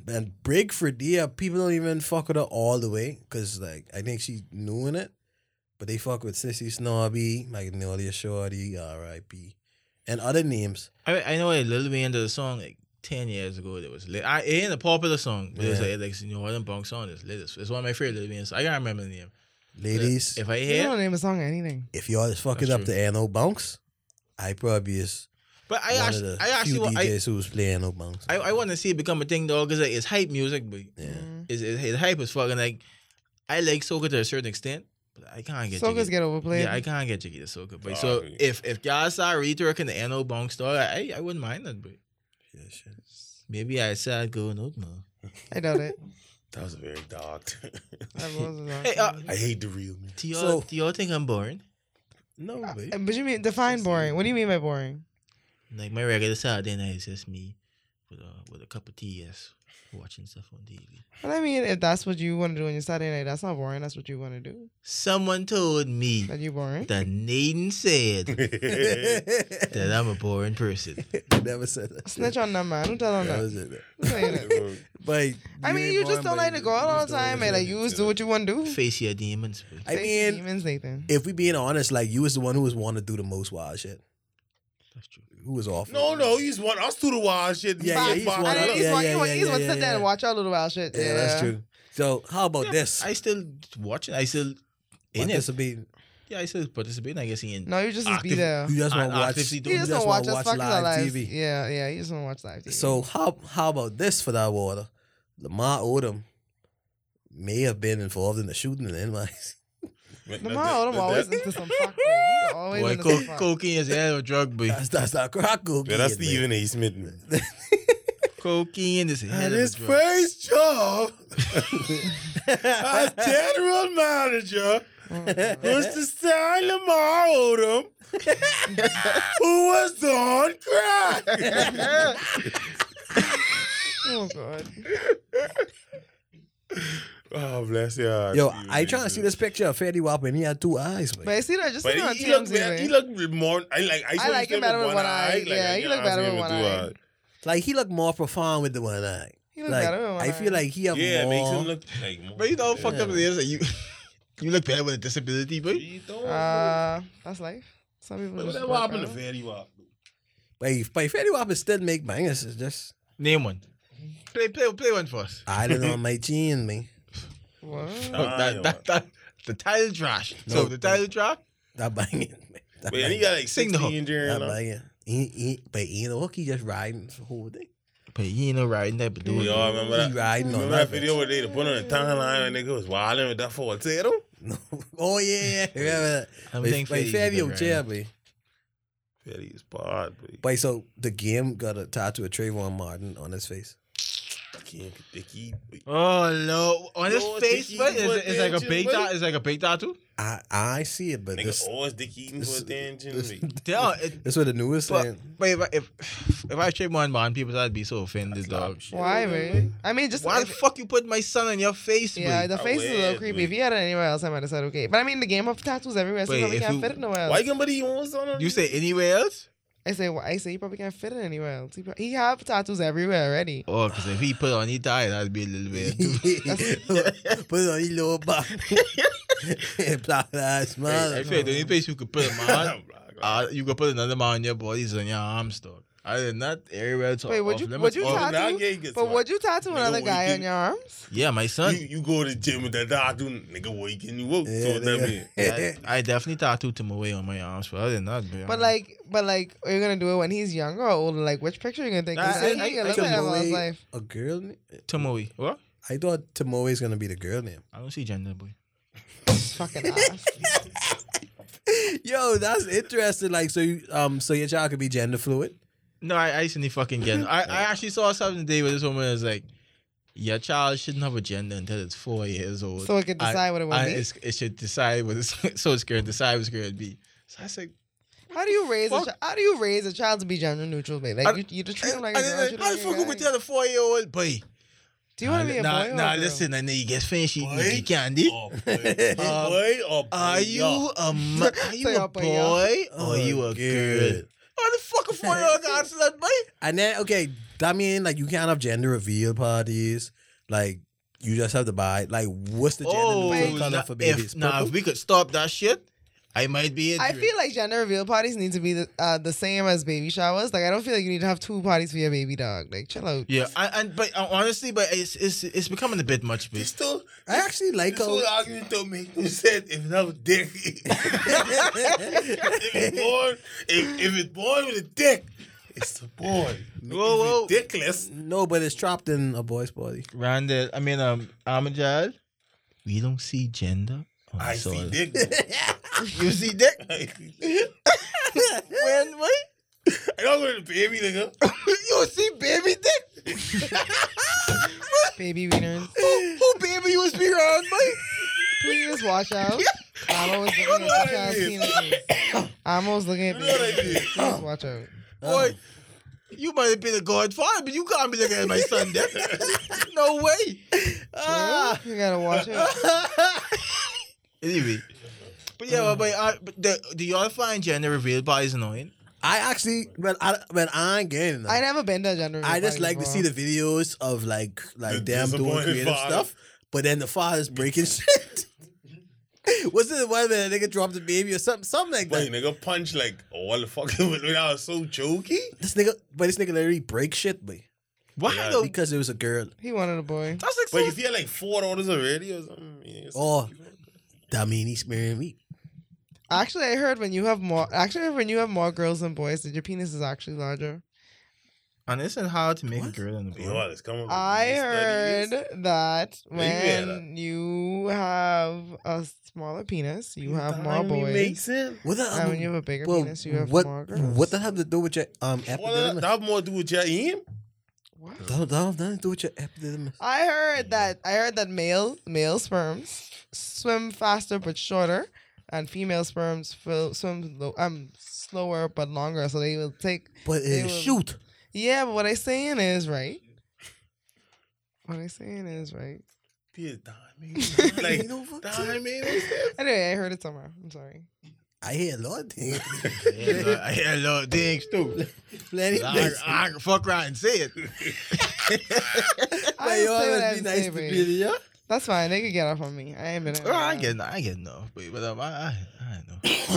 and Break for Dia, people don't even fuck with her all the way because like I think she's new in it, but they fuck with Sissy Snobby, Magnolia Shorty, R.I.P. and other names. I I know like Lil Wayne did a song like ten years ago that was lit. I, it ain't a popular song, but it was Yeah. like, like you know what them bunk song is lit. It's, it's one of my favorite Lil Wayne songs. I can't remember the name. Ladies, if, If I You hear, don't name a song or anything. y'all is fucking That's up the Anno Bounce, I probably is but I one actually of the I actually few wa- I, DJs who's playing Anno Bounce. I, I want to see it become a thing though, cause like, it's hype music, but yeah. Mm. it's, it's, it's hype as fuck. And like I like soca to a certain extent, but I can't get Soca's jiggy. get overplayed. Yeah, I can't get jiggy to soca. Oh, But I so agree. if if y'all saw Returk and the Anno Bunk store, I I wouldn't mind that. But Yeah, shit. maybe I said I'd go no more. I doubt it. That was very dark. I wasn't on Hey, uh, TV. I hate the real me. Do y'all So- do y'all think I'm boring? No, babe. Uh, but you mean define boring? What do you mean by boring? Like my regular Saturday night is just me with a with a cup of tea, yes, watching stuff on TV. Well, I mean, if that's what you want to do on your Saturday night, that's not boring. That's what you want to do. Someone told me That you boring? that Nathan said That's that I'm a boring person. Never said that. Snitch on that man. Don't tell on Never that. said that. Who saying that? But I mean, you just ain't don't born, like but to go out you all just the don't time, like man. to Like do you it. just do what you want to do. Face your demons. boy. I Say mean, demons, Nathan. if we being honest, like you was the one who was wanting to do the most wild shit. That's true. Who was off? no, no, he's one. Us to the wild shit. Yeah, yeah, he's Fuck, one fuck, I of yeah, know look. he's yeah, one. yeah, He yeah, he's one. yeah, Sit there yeah. and watch our little wild shit. Yeah, that's true. So how about Yeah, this? I still watching. I still in this it. will be. Yeah, I still participate. I guess in. No, you just just be Active- there. You just want I- to I watch. fifty- You You You just Ah, don't watch want us to fucking watch live live. TV. Yeah, yeah. You just don't watch live TV. So how how about this for that water? Lamar Odom may have been involved in the shooting in NYC. But Lamar that- Odom that- always that- into some fuck. man. He Always Boy, into some co- fuck. cocaine is a drug, boy. That's that's not crack cocaine. Yeah, that's man. Stephen A. Smith. man. cocaine is a hell At of a his drug. first job as general manager was to sign Lamar Odom, who was on crack. Oh god. Oh, bless your heart. Yo, Stevie I trying to see Nicks. this picture of Fetty Wap and he had two eyes. But I But see that just But on he, he look TMZ. better. He man. look more. I like. I, saw like him him better with one eye. Like, Yeah, I he can look honestly better with give one it to eye. her. like he looked more profound with the one eye. He looked Like better with one I feel eye. like he have Yeah, it more. makes him look like. More But you know, fuck Yeah. up it is that you you look better with a disability, but You don't. Uh, that's life. Some people. But just whatever work happened to out. Fetty Wap? but, he, but Fetty Wap is still make bangers. It's just name one. Play play play one for us. island on my chin, me. What? Nah, yo. that, that, that, the title trash. No, so the title trash. That banging. man. That Wait, and he banging. got like Sing the hook. 16 injury. That banging. He, he, but he ain't a hook. He just riding the whole thing. But you ain't no riding that, but We all remember He that. riding on Remember that that video where they they put on the timeline and nigga was wilding with that falsetto? No. Oh yeah, yeah. Remember that? I'm But, thinking but Fabio Cherry. Fetty is bad, but But so the game got a tattoo of Trayvon Martin on his face. can't dicky. Oh no! On his Yo, face, Dickie, but you is, want is like a attention, big buddy? tattoo. Is like a big tattoo. I I see it, but Nigga oh. this always dicky eating this- for attention. this- like, Yeah, it, that's what the newest but, saying. but if I, if if I trade one man, people I'd be so offended, dog. Why, man? I mean, just Why the if- fuck you put my son on your face, Yeah, bro? the I face is a little weird, creepy. but- If he had it anywhere else, I might have said okay. But I mean, the game of tattoos everywhere, so Wait, you probably if can't you- fit it nowhere else. Why somebody wants on You say anywhere else? I say, why I say, you probably can't fit it anywhere else. He, pro- he have tattoos everywhere already. Oh, because if he put on his tie, that'd be a little bit. too- Put it on your lower back. Black lives I matter. feel the only place you could put a man, Uh, uh, you could put another man on your body is on your arms, dog. Other than that, everywhere else. Wait, would off you- would limits. you Oh, tattoo- But would you tattoo Nigga, another what guy you- on your arms? Yeah, my son. You, you go to the gym with that tattoo, nigga waking you up. Yeah, so what that mean? I, nigga. I definitely tattooed him away on my arms, but other than that, bro, But like, but like, are you gonna do it when he's younger or older? Like, which picture are you gonna take? Nah, You say I- I- he can I look can at him all his Timoe- life. A girl name? Tim away. What? I thought Tamoe's gonna be the girl name. I don't see gender, boy. Fucking ass. Yo, that's interesting. Like, so you, um, so your child could be gender fluid. No, I, I seen the fucking gender. I, I actually saw something today where this woman is like, your child shouldn't have a gender until it's four years old. so it could decide what it would I, be. it's, it should decide what it's so it's going to decide what's going to be. So I said, How do you raise a fuck? chi- how do you raise a child to be gender neutral, babe? I- Like you, you just treat him like a I, girl. I, treat him I, I like a fucking guy. with the other four year old boy. Do you want to be a nah, boy or a Nah, girl? listen, and then he gets finished eating Boy? the candy. Oh, boy. Um, boy, oh, boy, Are you a ma- are you Say a up, boy. boy Oh, or you a good. girl? How the fuck a four year old answer that, boy? And then okay, that mean like you can't have gender reveal parties. Like you just have to buy. Like what's the gender Oh, neutral color nah, for babies? Oh, If, nah, Purple? if we could stop that shit, I might be. I into it. feel like gender reveal parties need to be the, uh, the same as baby showers. Like I don't feel like you need to have two parties for your baby dog. Like chill out. Yeah, I, and but uh, honestly, but it's it's it's becoming a bit much. This But still, I actually like this whole how. argument don't make no sense if not with dick. if it's born, if, if it's born with a dick, it's a boy. Whoa, If it's Dickless. no, but it's trapped in a boy's body. Randall, I mean, um, Amajad, we don't see gender. Oh, on I this see all. dick. You see dick? I see dick. when what? I don't go to the baby, nigga. you see baby dick? Baby wieners. who, who baby you was be around, boy? Please watch out. I'm always looking at the child's penises. I'm always looking at You know what I babies. did? Please watch out. Uh, Boy, you might have been a godfather, but you can't be looking at my son dick. no way. Ah. Well, You gotta watch out. anyway, but yeah, but, but, uh, but the, do y'all find gender reveal bodies annoying? I actually, well, I, well, I ain't getting that. I never been to a gender. I reveal just party like to before. see the videos of like like The them doing disappointed creative father. stuff, but then the father's breaking shit. Was it the one where the nigga dropped the baby or something, something like Wait, that? nigga, punch like all the fucking. That was so jokey. This nigga, but this nigga literally break shit, boy, Why Yeah, though? because it was a girl. He wanted a boy. That's like But so if he had like four orders already or something. yeah, it's- Oh, that mean he's marrying me. Actually, I heard when you have more. Actually, when you have more girls than boys, that your penis is actually larger. And this is how to make What? a girl in the Yo, boy. let's come up with I Oh, these heard studies. that Yeah, you heard when you have a smaller penis, you have That more don't even make boys. sense. What the, um, And when you have a bigger well, penis, you have what more girls. what that have to do with your um Well, that, epididymis? that have more to do with your aim. What? That don't- that don't have nothing to do with your epididymis. I heard that I heard that male male sperms swim faster but shorter, and female sperms fil- swim lo- um slower but longer. So they will take. But They uh, will- shoot, Yeah, but what I'm saying is right. What I'm saying is right. Peter, dime Like, You know what? dime me. Anyway, I heard it somewhere. I'm sorry. I hear a lot of things. I hear a lot- I hear a lot of things too. Plenty of I, things. I, I fuck around and say it. But you say what I always be say, nice to babe. Peter, yeah? That's fine. They could get off on me. I ain't been. Well, Oh, I get, I get no, but, but um, I, I, I don't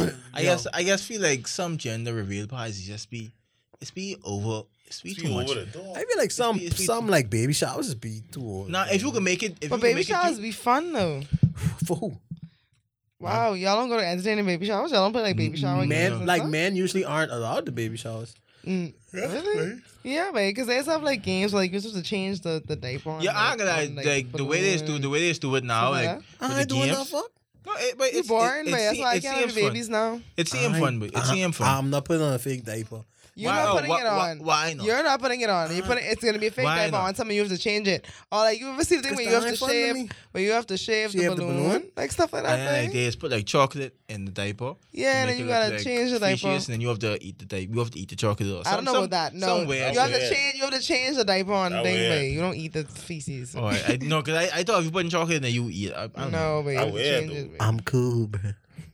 know. I Yo. guess, I guess, feel like some gender reveal parties just be, it's be over, it's be too much. over the door. I feel like some it's be- some like baby showers is be too old. Now, if you can make it, if But you can baby make showers it, be fun though. for who? Wow, y'all don't go to entertaining baby showers. Y'all don't play like baby shower games Men and like stuff? men usually aren't allowed to baby showers. Mm, really? Yeah, man. Because they just have like games where like you're supposed to change the the diaper. On, yeah, I like, can like, on, like, the way they do, the balloon. way they do it now, Something like like with the games. fuck. No, it, but You it's boring, it, it, but that's seem- why I it can't have seems fun. babies now. It's seem fun, but it's seem fun. I'm not putting on a fake diaper. You're Why- not oh, putting why- it on. why- why not? You're not putting it on. You're putting it's gonna be a fake Why diaper not? on something you have to change it. Or like you ever see the thing Cause where that you have ain't to fun to shave me. where you have to shave the Shave the balloon? balloon? Like stuff like And then that. like Right? they just put like chocolate in the diaper. Yeah, and make then you it look, gotta change the diaper. fishiest, And then you have to eat the diaper. You have to eat the chocolate. Or some, I don't know some, about that. No. somewhere. You have to That's weird. change you have to change the diaper on the That's thing, weird. babe. You don't eat the feces. All right, I, no, cause I, I thought if you put in chocolate, then you eat. it. I, I don't know. No, babe. you That's have to weird, change it, though. babe. I'm cool, bro.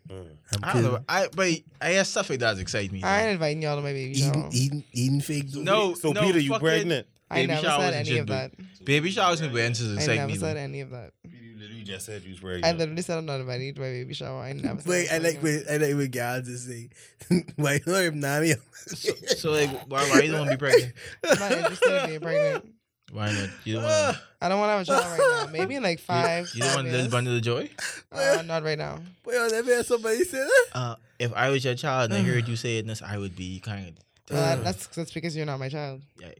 Mm. I I'm don't cool. know. I but I guess stuff like that excites me. I ain't though. inviting y'all to my baby shower. Eating, eating, eating fake. dough. No, So no, Peter, you fucking pregnant? I baby never showers said and any shit, of babe. that. Baby showers and dances I excite never me. said though. any of that. You literally just said you was pregnant. I literally said I'm not invited to my baby shower. I never said Wait, I anything. like when I like when guys just say, "Why not if Nami?" So like, why, why you don't want to be pregnant? I'm not interested in being pregnant. Why not? You don't want. I don't want to have a child right now. Maybe in like five. You don't want to years. live under the joy. Uh, not right now. Wait, I never heard somebody say that. Uh, if I was your child and I heard you saying this, I would be kind of. Uh, that's that's because you're not my child. Yikes.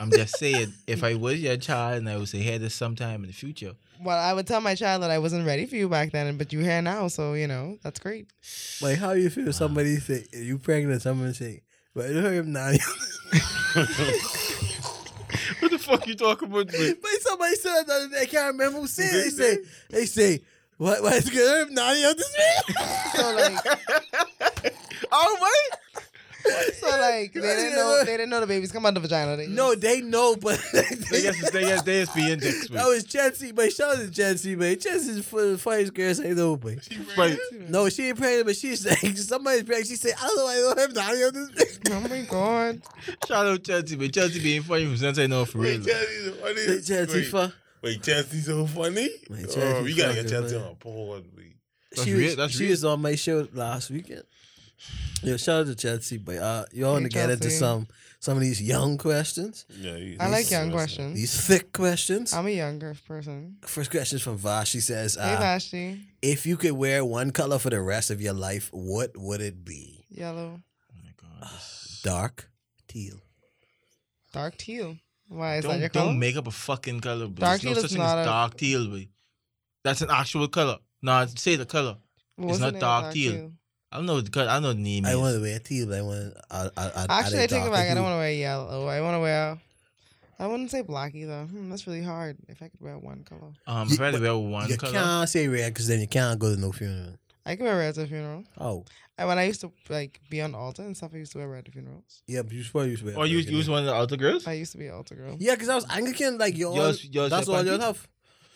I'm just saying, if I was your child and I would say, hey, this sometime in the future, Well, I would tell my child that I wasn't ready for you back then, but you're here now, so you know that's great. Like, how you feel? if Somebody say you pregnant. Someone say, "But you heard him now." what the fuck you talking about? but somebody said that I can't remember who said. it. They say, "They say, what? Why is good? Him now? You this So like, Oh wait, so like they didn't know they didn't know the babies come out the vagina. They no, they know, but They just, they just, they just being dicks. That was Chelsea, but shout out to Chelsea, man. Chelsea's for the funniest girl I know, but But no, she ain't pregnant, but she's like somebody's pregnant. She said, I don't know, I don't have Nadia on this. Oh my god! shout out Chelsea, but Chelsea being funny from since I know for real. Wait, Chelsea's so funny. Say, Chelsea, Wait, fuck. Wait, Chelsea's so funny. Wait, oh, Chelsea's we gotta fucking get Chelsea funny. on a pod. We That's she real- was, that's she real. was on my show last weekend. Yo, shout out to Chelsea, but uh, you all Hey, want to get into Chelsea. some some of these young questions, Yeah, he- I like he's young awesome. Hmm? questions. these thick questions. I'm a younger person. First question is from Vash. She says, Ah. Hey, uh, Vashti, "If you could wear one color for the rest of your life, what would it be? yellow, Oh my god. this- Dark, teal." dark teal. Why is that your Don't, color? don't make up a fucking color, bro. Dark There's no teal such is thing as not a- dark teal, bro. That's an actual color. Nah, say the color. What's not the name of dark teal. I don't know what the color. I don't know the name. I is. want to wear teal. but I want. I, I, I, Actually, I take it darker back. I hue. don't want to wear yellow. I want to wear. I wouldn't say black either. Hmm, that's really hard. If I could wear one color, Um, You- if I had to wear one You color. can't say red because then you can't go to no funeral. I could wear red to a funeral. Oh, And when I used to like be on the altar and stuff, I used to wear red to funerals. yeah, but you probably use red. Or you black, use yeah. one of the other girls? I used to be an altar girl. Yeah, because I was Anglican. Like you all, Yours- yours that's are all you panties? have.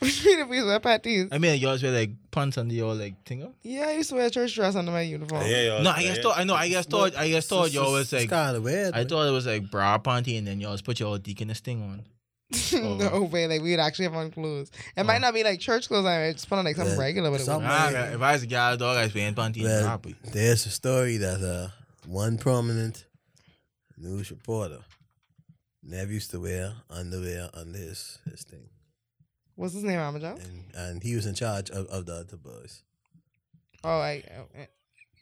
What do you mean if we wear panties? I mean, yours wear like pants under your like thing. up? Yeah, I used to wear a church dress under my uniform. Yeah, yeah, No, I guess Oh, yeah. thought. I know. I guess thought. I guess thought y'all was like. kind of weird. I but- thought it was like bra panty, and then y'all just put your deaconess thing on. Oh. no way, like we would actually have on clothes. It might not be like church clothes. I might just put on like something Yeah, regular, but it some- would. Nah, if I was a guy, dog, I was wearing panty and Well, bra. boy. There's a story that uh, one prominent news reporter never used to wear underwear under his, his thing, What's his name, Amajal? and and he was in charge of, of the other boys. Oh, I. oh, eh.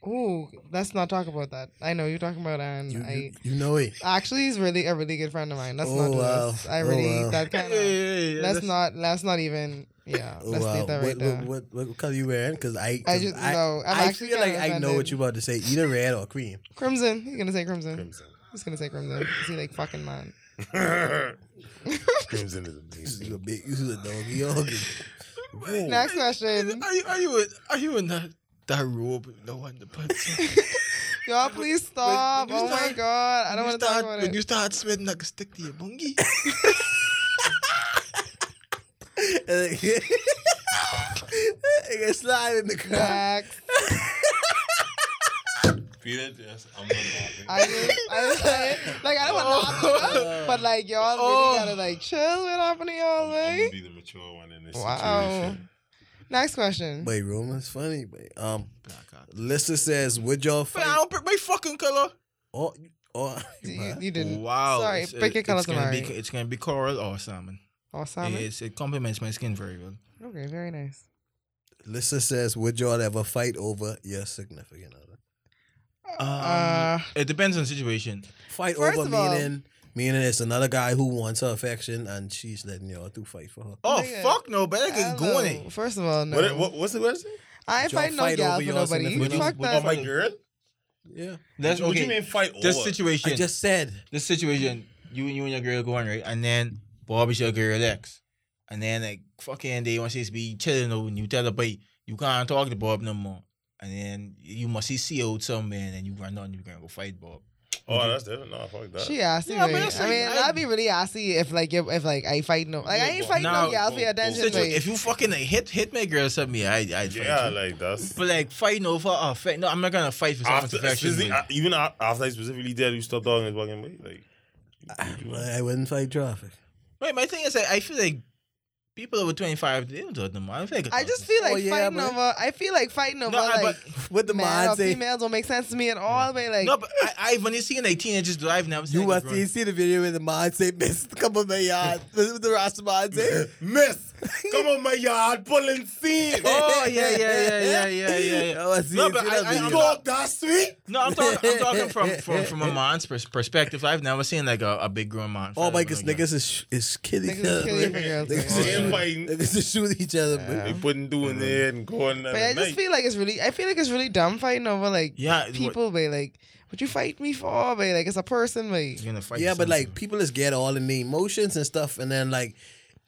Ooh, let's not talk about that. I know you're talking about, and You, I. you, you know it. Actually, he's really a really good friend of mine. Let's Oh, not do wow. this. I Oh, really wow. that Yeah, kind yeah, of. yeah, yeah, Let's that's- not. Let's not even. Yeah. Oh, Let's wow. leave that right what, there. what, what, what color you wearing? Because I, 'cause I just no. I'm I actually feel like kinda I know offended. what you're about to say. Either red or cream. Crimson. He's gonna say crimson. Crimson. He's gonna say crimson. Is he like fucking man? Crimson is This is amazing. a big. This is a doggy dog. Whoa. Next question. Are you? Are you? In, are you in that that robe? with No under pants. on? Y'all please stop. when you oh my start- god. I When don't you want to talk start- about When it. you start sweating, I can stick to your bungie. Nigga slide in the crowd. Facts. Peter, just I'm not laughing. I just, I just like, like I don't want to laugh, at them, but like y'all Oh. really gotta like chill. What happened to I'm y'all, gonna like? be the mature one in this Wow. situation. Next question. Wait, Roman's funny. But, um, Lister says, "Would y'all But I fight?" don't pick my fucking color. Or, or You- you, Bruh. you didn't. Wow. Sorry, it's- pick it- your color it's gonna, be, tomorrow. it's gonna be coral or salmon. Or salmon. It's, it complements my skin very well. Okay, very nice. Lister says, "Would y'all ever fight over your significant other?" Um, Uh, it depends on situation. Fight First over of all- meaning meaning it's another guy who wants her affection and she's letting y'all to fight for her. Oh Nigga, fuck no, but that is hello. going. First of all, no. What, what, what's the question? I ain't Y'all fighting no fight gal over for your nobody. significant Fuck other. Oh that. my girl. Yeah, That's what you okay. mean fight over? This situation. I just said this situation, you and you and your girl going right, and then Bobby's your girl ex, and then like fucking they want to be chilling over, and you tell her, but you can't talk to Bob no more, and then you must see see old somewhere, and then you run out and you gonna go fight Bob. oh, that's different. No, fuck that. She assy. Yeah, but right? that's I like- mean, I- I'd be really assy if like if, if like I fight no like I ain't fighting Now- no gal for your attention. Situ- like- if you fucking like, hit hit my girl something, I I fight yeah, you. like that's. but like fighting over affection, no, I'm not gonna fight for someone's After, affection. specifically- like, even a- after I specifically did, you stopped talking his fucking way. Like, you- I wouldn't fight traffic. Right, my thing is like I feel like people over 25 they don't do it no more. I, feel like I just feel like Oh, yeah, fighting but- over. I feel like fighting over no, I- like but With the man or mind say, female don't make sense to me at all. But like, no, but I, I've only seen like teenagers drive now. I'm you saying, must bro. see, see the video with the mind say, miss, come on my yard. With the Rasta mind say, Miss, come on my yard, pulling scene. Oh yeah, yeah, yeah, yeah, yeah, yeah. yeah. I must see, No, no, but see I- that I- I'm video. not- that sweet. No, I'm talking. I'm talking from from, from a man's pers- perspective. I've never seen like a, a big grown man. Oh my fight with goodness, another niggas is, is killing niggas is killing for girls. Niggas man. is They fighting. shooting- Niggas is shooting each other. bro. They putting do in there and going But I just feel like it's really. I feel like it's really dumb fighting over like Yeah, it- people. But like, would you fight me for? But like, it's a person. But girl. You're gonna fight. Yeah, but something. like people just get all in the emotions and stuff, and then like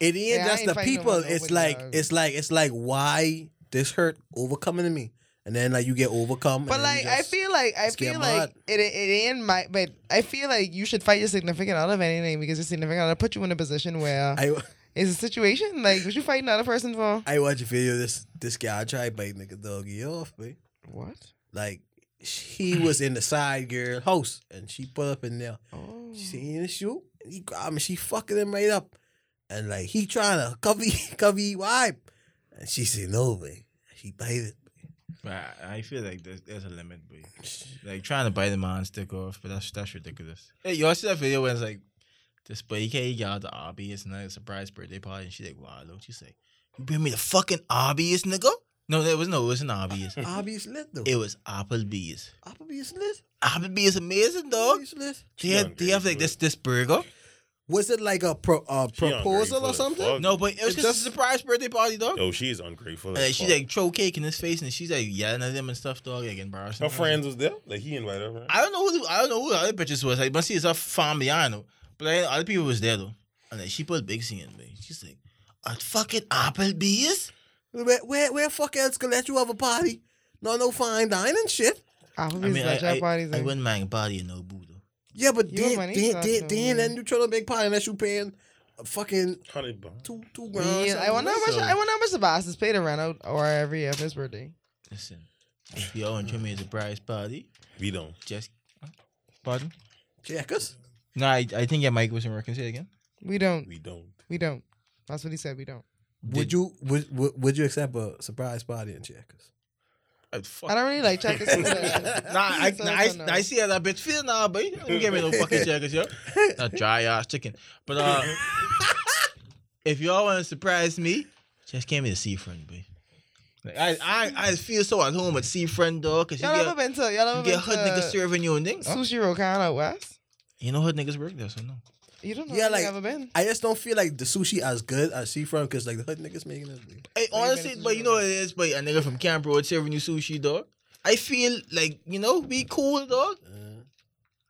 it ain't Yeah, I just ain't the fighting no people. one, no it's with like dogs. it's like it's like why this hurt overcoming to me, and then like you get overcome. But and then you like, I just- feel like I feel scam like out. it, it ain't my. But I feel like you should fight your significant other of anything because your significant other put you in a position where I it's a situation like would you fight another person for? I watch a video. This this guy tried bite nigga doggy off, man. What? Like he was in the side girl house, and she put up in there. Oh. She seen the shoe. and He grabbed him. She fucking him right up, and like he trying to cover cover wipe, and she said no, man. She bite it. But I I feel like there's, there's a limit, but like trying to bite the man's dick off, but that's that's ridiculous. Hey, you all see that video where it's like this boy can't get out the obvious and like a surprise birthday party, and she's like, "Wow, don't you say you bring me the fucking obvious, nigga?" No, there was no, it wasn't obvious. Obvious lit though. it was Applebee's. Obvious lit. Applebee's amazing, dog. Obvious lit. They have, they have like this this burger. Was it like a, pro, a proposal or something? No, but Oh, it was It's just a just- surprise birthday party, dog. Yo, she is ungrateful. And as like, she's fuck. like throw cake in his face, and she's like yelling at him and stuff, dog. Like embarrassing. her friends was there. Like he invited her. Right? I don't know who the, I don't know who the other bitches was. Like, must see it's her family. I know, but like, other people was there though. And like, she put big scene in me. She's like, "A fucking Applebee's." Where, where, where fuck else could let you have a party? No, no fine dining shit. I Applebee's mean, I, not your parties. I, I eh? wouldn't mind a body in no boo though. Yeah, but You then, and Manny then, got then, them, then, yeah. then you try to big party unless you paying a fucking Hundred bucks. two, two grand. or Yeah, I something. wonder how much so- I wonder how much the boss is paid to rent out or every year for his birthday. Listen, if y'all want to me a surprise party, We don't. just pardon. Checkers. No, I, I think your mic wasn't working. Say it again. We don't. We don't. We don't. That's what he said. We don't. Would you would, would would you accept a surprise party in checkers? I'd fuck I don't really like checkers. Nah, I, So nah, I I, don't nah, know. I see how that bitch feel now, but you don't give me no fucking checkers, yo. A dry ass chicken. But uh, if y'all want to surprise me, just give me the sea friend, boy. Like, I, I I feel so at home with sea friend, dog, because you Y'all ever get, been to y'all you ever get been hood niggas to serving you and things. sushi rokan out west? You know hood niggas work there, so no. You don't know. Yeah, Yeah, like like- ever been. I just don't feel like the sushi as good as seafront because like the hood niggas making it. Hey, you honestly, better but you know what it is, but a nigga from Camp Road serving you sushi, dog. I feel like, you know, be cool, dog. Uh,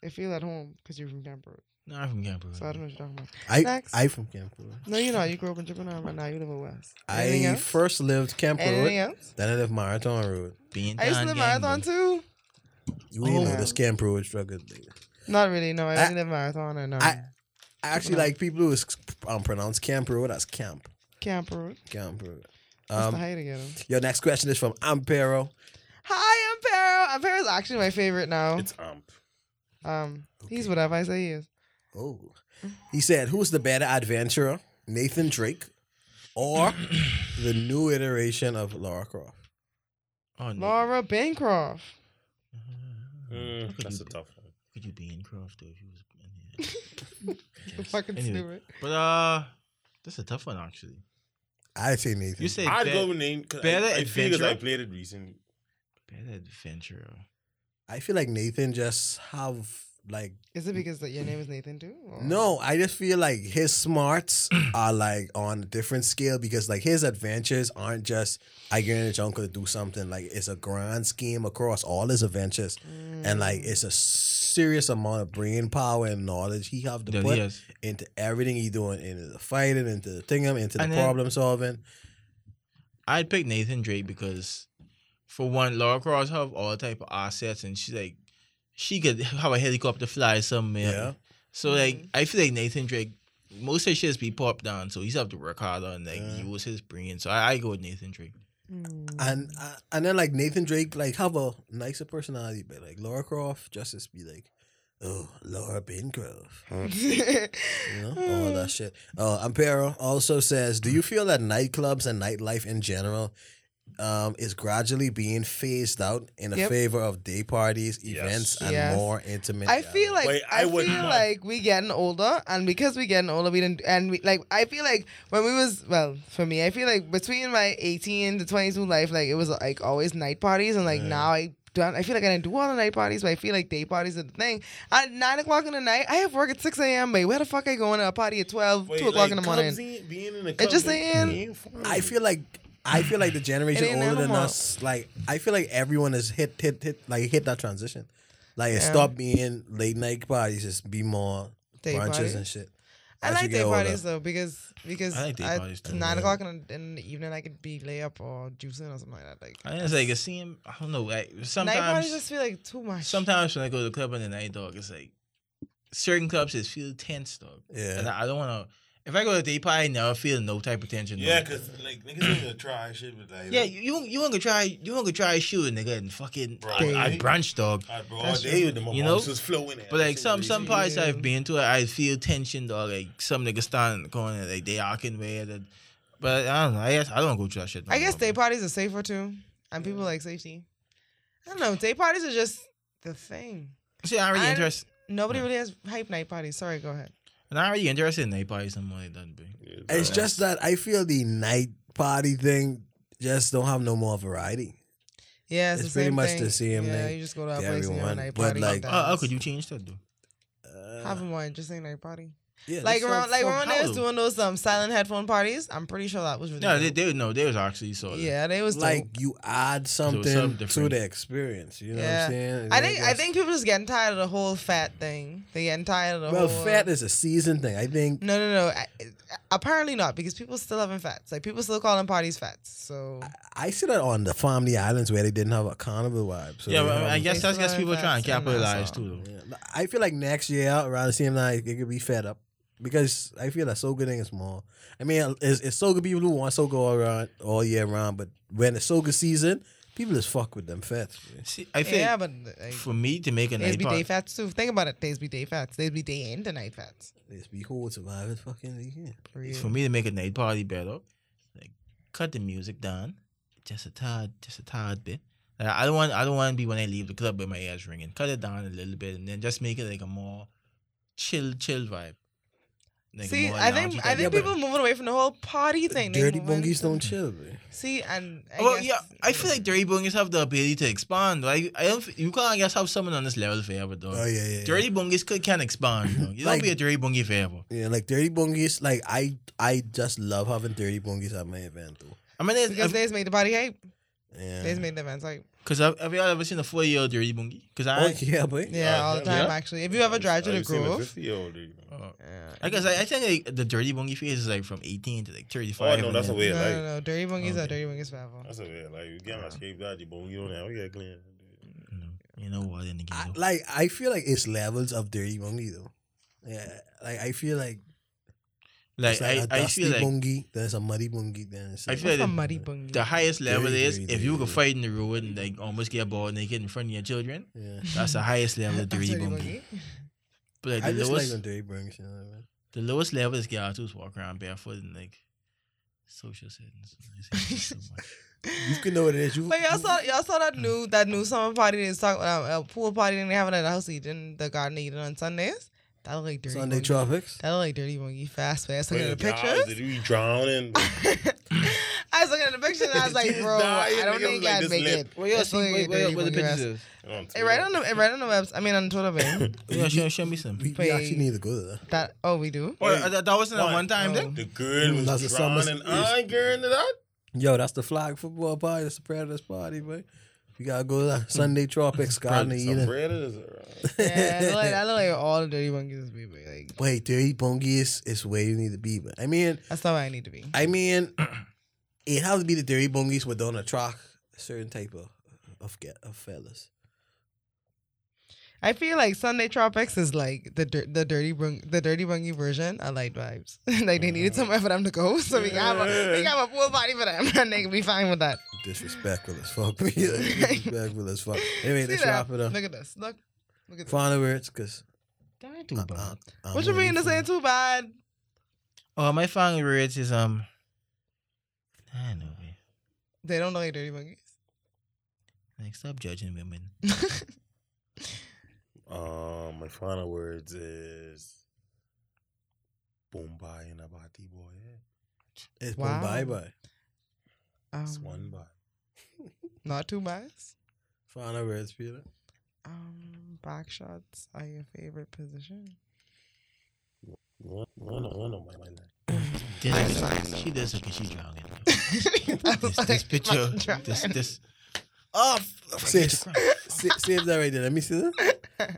I feel at home because you're from Denver, Nah, I'm from Camp Road. so I don't know what you're talking about. I Next. I from Camp Road. No, you know you grew up in Japan, but now you live in West. Anything I else? first lived Camp Anything Road, else? then I lived Marathon Road. Being I used to down gang, live marathon boy. too. You ain't know Oh. this Camp Road struggle. nigga. Not really. No, I I- didn't live marathon. I know. um, I I actually like people who is- um, pronounce camp road as camp. Camper. Can't prove it. That's the Um, height of ghetto. your next question is from Ampero. Hi, Ampero. Ampero is actually my favorite now. It's ump. Um, he's whatever I say he is. Oh. He said, Who's the better adventurer, Nathan Drake or the new iteration of Laura Croft? Oh, no. Laura Bancroft. Mm, How could that's you a be- tough one. how Could you be in Croft though if you was in there? Fucking Anyway, stupid. But uh, that's a tough one actually. I say Nathan. You say I'd be- go with name. 'cause I- Better I, feel 'cause I Adventurer? played it recently. better adventurer. I feel like Nathan just have like Is it because that your name is Nathan too? or- no, I just feel like his smarts are like on a different scale because like his adventures aren't just I get in a jungle to do something. Like it's a grand scheme across all his adventures. And like Mm. it's a serious amount of brain power and knowledge he have to No, put he has. into everything he doing, into the fighting, into the thingam, into the And then- problem solving. I'd pick Nathan Drake because, for one, Laura Cross have all type of assets, and she's like, she could have a helicopter fly somewhere. Yeah. So Mm-hmm. like, I feel like Nathan Drake, most of his shit is be popped down, so he's have to work harder and like Yeah. use his brain. So I, I go with Nathan Drake. Mm. And uh, and then like Nathan Drake like have a nicer personality, but like Laura Croft justice be like, oh Laura Bancroft, you know Mm. all that shit. Uh, Ampero also says, do you feel that nightclubs and nightlife in general? Um, is gradually being phased out in the Yep. favor of day parties, Yes. events, and Yes. more intimate. I feel like Wait, I, I would feel not- like we getting older, and because we getting older, we didn't. And we like I feel like when we was well for me, I feel like between my eighteen to twenty two life, like it was like always night parties, and like Yeah. now I don't. I feel like I didn't do all the night parties, but I feel like day parties are the thing. At nine o'clock in the night, I have work at six a.m. But where the fuck I going to a party at 12, Wait, 2 o'clock like, in the clubs morning? ain't- Being in a It's just club ain't- saying- ain't fun. I feel like I feel like the generation It ain't older than normal. us, like I feel like everyone has hit hit hit like hit that transition. Like it Yeah. stopped being late night parties, just be more Day brunches parties. and shit. I as you like get day older. parties though because because I like day at parties, too, nine yeah. o'clock in the, in the evening I could be lay up or juicing or something like that. Like I it's like a scene. I don't know. Like night parties sometimes, just feel like too much. sometimes when I go to the club on the night, dog, it's like certain clubs it feel tense, dog. And Yeah. I, I don't want to. If I go to a day party, now I feel no type of tension. Yeah, dog. because like niggas ain't gonna try shit with like. Yeah, you you won't- you want to try you want to try shooting nigga and fucking Right. I, I brunch dog. I bro, all That's day with them. You You know? know, just flowing. But like some some part- parties I've been to, I feel tension dog. Like some nigga standing in the corner, like they arcing weird. And, but I don't know. I guess I don't go to that shit. no I guess more, day bro. parties are safer too, and people like safety. I don't know. Day parties are just the thing. See, I'm really I- interested. Nobody Yeah. really has hype night parties. Sorry, go ahead. I'm not really interested in night parties no more. Like that, bro. It's just that I feel the night party thing just don't have no more variety. Yeah, it's, It's the pretty same much thing. the same Yeah, thing you just go to a to place and you're a everyone, night but party. like- dance. Oh, oh, could you change that though? Uh, have one? Just say night party. yeah, like that's around, how- like fuck around there was how? doing those um silent headphone parties. I'm pretty sure that was really. No, they, dope. they no, they was actually so. Yeah, they was like dope. you add something something to different. the experience. You know what Yeah. I'm saying? I think I guess- think people just getting tired of the whole fat thing. They getting tired of the well, whole fat is a season thing. I think No, no, no. I, apparently not because people still having fats. Like people still calling parties fats. So I see that on the family islands where they didn't have a carnival vibe. So yeah. they But I have- guess that's guess Instagram people trying to facts and capitalize that's all. too. Though. Yeah, but I feel like next year around the same time it could be fed up because I feel that soca thing is more. I mean, it's, it's soca people who want soca all around all year round, but when it's soca season, people just fuck with them fats. See, I feel yeah, like but like, for me to make a Days night be day party, fats too. Think about it. Days be day fats. Days be day and the night fats. It's be cool to survive it fucking weekend. Period. for me to make a night party better, like cut the music down, just a tad, just a tad bit. Like, I don't want, I don't want to be when I leave the club with my ears ringing. Cut it down a little bit, and then just make it like a more chill, chill vibe. Like a See, more I think loungy I type think vibe. people moving away from the whole party thing. They Dirty moving- bungies don't chill, man. See, and I well, guess- yeah, I feel like Dirty Bungies have the ability to expand. Like, I don't, f- you can't I guess have someone on this level forever, though. Oh yeah, yeah. yeah. Dirty Bungies could, can expand. Though. You Like- don't be a Dirty Bungie forever. Yeah, like dirty bungies. Like I, I just love having dirty bungies at my event though. I mean, it's, because days made the party hype. Days Yeah. made the events hype. Because have, have y'all ever seen a four year old dirty bungie? Because I, Oh yeah, boy. Yeah, Uh, all the yeah. time. Actually, if you ever drive to the Grove, Oh. yeah. I guess I, I think like, the dirty bungie phase is like from 18 to like 35. Oh no, and that's a then- no, weird no, life. no, dirty bungies are Okay. dirty bungies forever. That's a weird life. You get my scrape daddy, but you don't have yeah clean. You know, Mm, you know what? In the I, game, though. like I feel like it's levels of dirty monkey though. Yeah, like I feel like Like It's like I, a I dusty feel like bungie, there's a muddy bungie, then it's I like- feel What's like a the- muddy bungie? the highest level Very, is very, if you very, could fight in the road and like almost get ball naked in front of your children. yeah. That's the highest level of dirty bungie. But I like the just like lowest, when dirty bungie, you know what I mean? the lowest level is ghettos walk around barefoot and like social settings. I hate this so much. You can know what it is. You, But y'all you- saw y'all saw that new that new summer party they was talking about a pool party they having at the house eating the garden eating on Sundays. That look like dirty. Sunday Boogie. Tropics. That look like dirty boogie. Fast, fast. Looking at the Wait, God, pictures. Did we drown in? I was looking at the picture and I was like, She's bro, dying, I don't nigga, think like I'd this make lip. it. It's looking like dirty boogie fast. It right on the it right on the webs. I mean on Twitter, man. Yeah, show, show me some. We, we Wait. actually need to go there. that oh we do. Oh, that- that wasn't a One. one time thing. The girl Mm, that's the was summer drowning. s- I ain't getting to that. Yo, that's the flag football party. That's the Predators party, boy. We gotta go there. Sunday Tropics, Garden of Some Eden. bread is around. Yeah, that look like, that look like all the dirty monkeys be but, like Wait, dirty bungie is, is where you need to be. But I mean, that's not where I need to be. I mean, it has to be the dirty bungies with don't attract a certain type of of get of fellas. I feel like Sunday Tropics is like the dir- the dirty bung- the dirty bungie version. I like vibes. like they Uh-huh. needed somewhere for them to go, so we got a, we got a pool party for them, and they can be fine with that. Disrespectful as fuck. me. Disrespectful as fuck. Anyway, See let's that? wrap uh, it up. Look at this. Look, look at this. Final words, cause Don't do bad. I'm What you mean ready this for- ain't too bad? Oh, my final words is um. I know. man. They don't know you dirty monkeys. Like stop judging women. Um, my final words is Bombay and Abati boy. It's Wow. bye bye. It's Um, one by. Not too biased. Final words, Peter. Um, back shots are your favorite position. One, one, one on my mind. This- she does okay. She drowning. That This, was this like- picture. This this. Oh, Sis, sa- save that right there. Let me see that.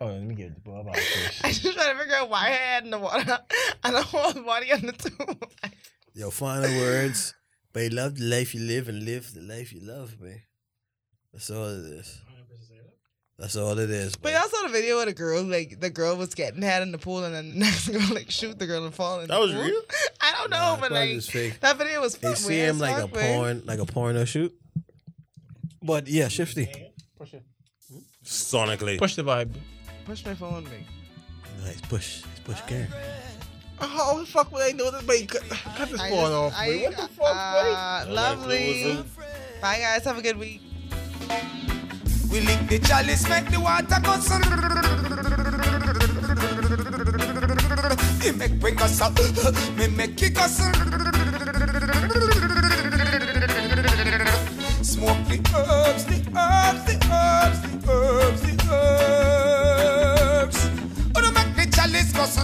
Oh, let me get the ball out I just trying to figure out why her head in the water and the whole body on the tube. Your final words. But you love the life you live and live the life you love, man. That's all it is. That's all it is. But man. y'all saw the video of the girl, like the girl was getting had in the pool, and then the next girl like shoot the girl and fall. In That the was pool. real? I don't know, Nah, it's but probably like just fake. that video was They fun. see him like a porn, like a porno shoot. But yeah, shifty. Sonically. Push the vibe. Push my phone, me. Nice push, nice push, Karen. Oh, fuck would I know this? But cut, cut this I ball off. just- I- wait, what the fuck, uh, boy? Lovely. Bye, guys. Have a good week. We lick the chalice, make the water go so. He make bring us up, me make kick us. Smoke the herbs, the herbs, the herbs, the herbs, the herbs. Oh, to make the chalice go so.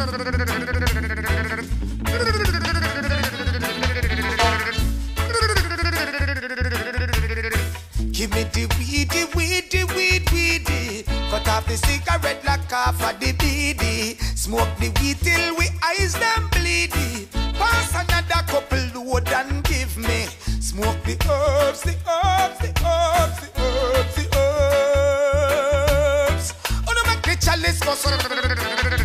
Give me the weed, the weed, the weed, weedy. Cut off the cigarette like half of the beady. Smoke the weed till we eyes them bleedy. Pass another couple load and give me. Smoke the herbs, the herbs, the herbs, the herbs, the herbs. Oh, no, make the chalice go.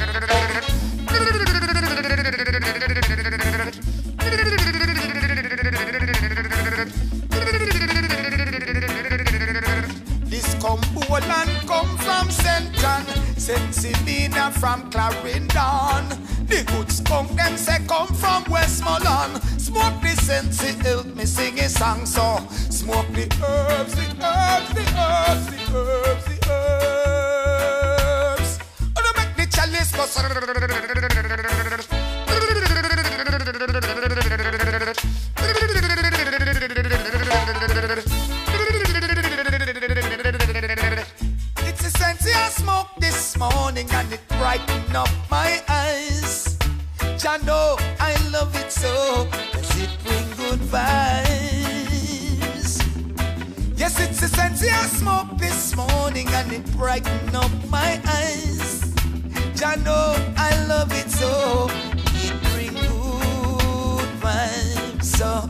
This Cumberland come from St. John, St. Sabina from Clarendon. The good skunk them say come from Westmoreland. Smoke the sense it help me sing a song so. Smoke the herbs, the herbs, the herbs, the herbs, the herbs. Oh, no, make the chalice go. It's a sense I smoke this morning and it brightened up my eyes. Jano, I love it so, cause it bring good vibes. Yes, it's a sense I smoke this morning and it brightened up my eyes. Jano, I love it so, it bring good vibes. So,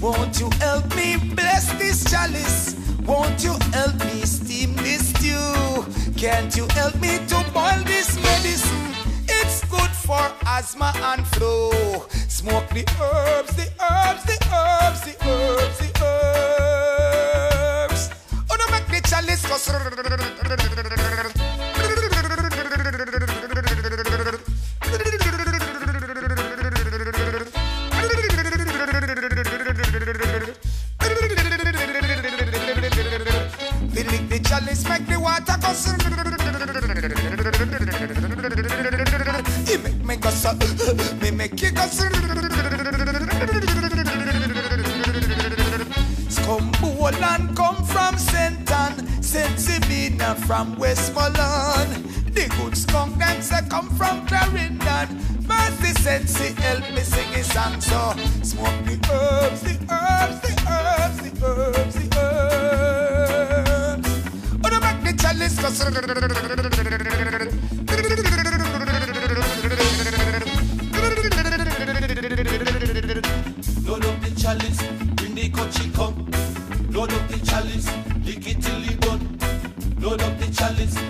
won't you help me bless this chalice? Won't you help me steam this stew? Can't you help me to boil this medicine? It's good for for asthma and flu. Smoke the herbs, the herbs, the herbs, the herbs, the herbs. Oh, no, make the chalice go. We lick the chalice, make the water go. He make me go so, me make you go so. Scumboland come from St. Anne, St. Sabina from Westmoreland. The good skunk dancer come from Clarendon. Mercy Sensi help me sing a song so. Smoke the herbs, the herbs, the herbs, the herbs, the herbs. Oh, the back the chalice go. Load up the chalice, bring the kochi come. Load up the chalice, lick it till it done. Load up the chalice,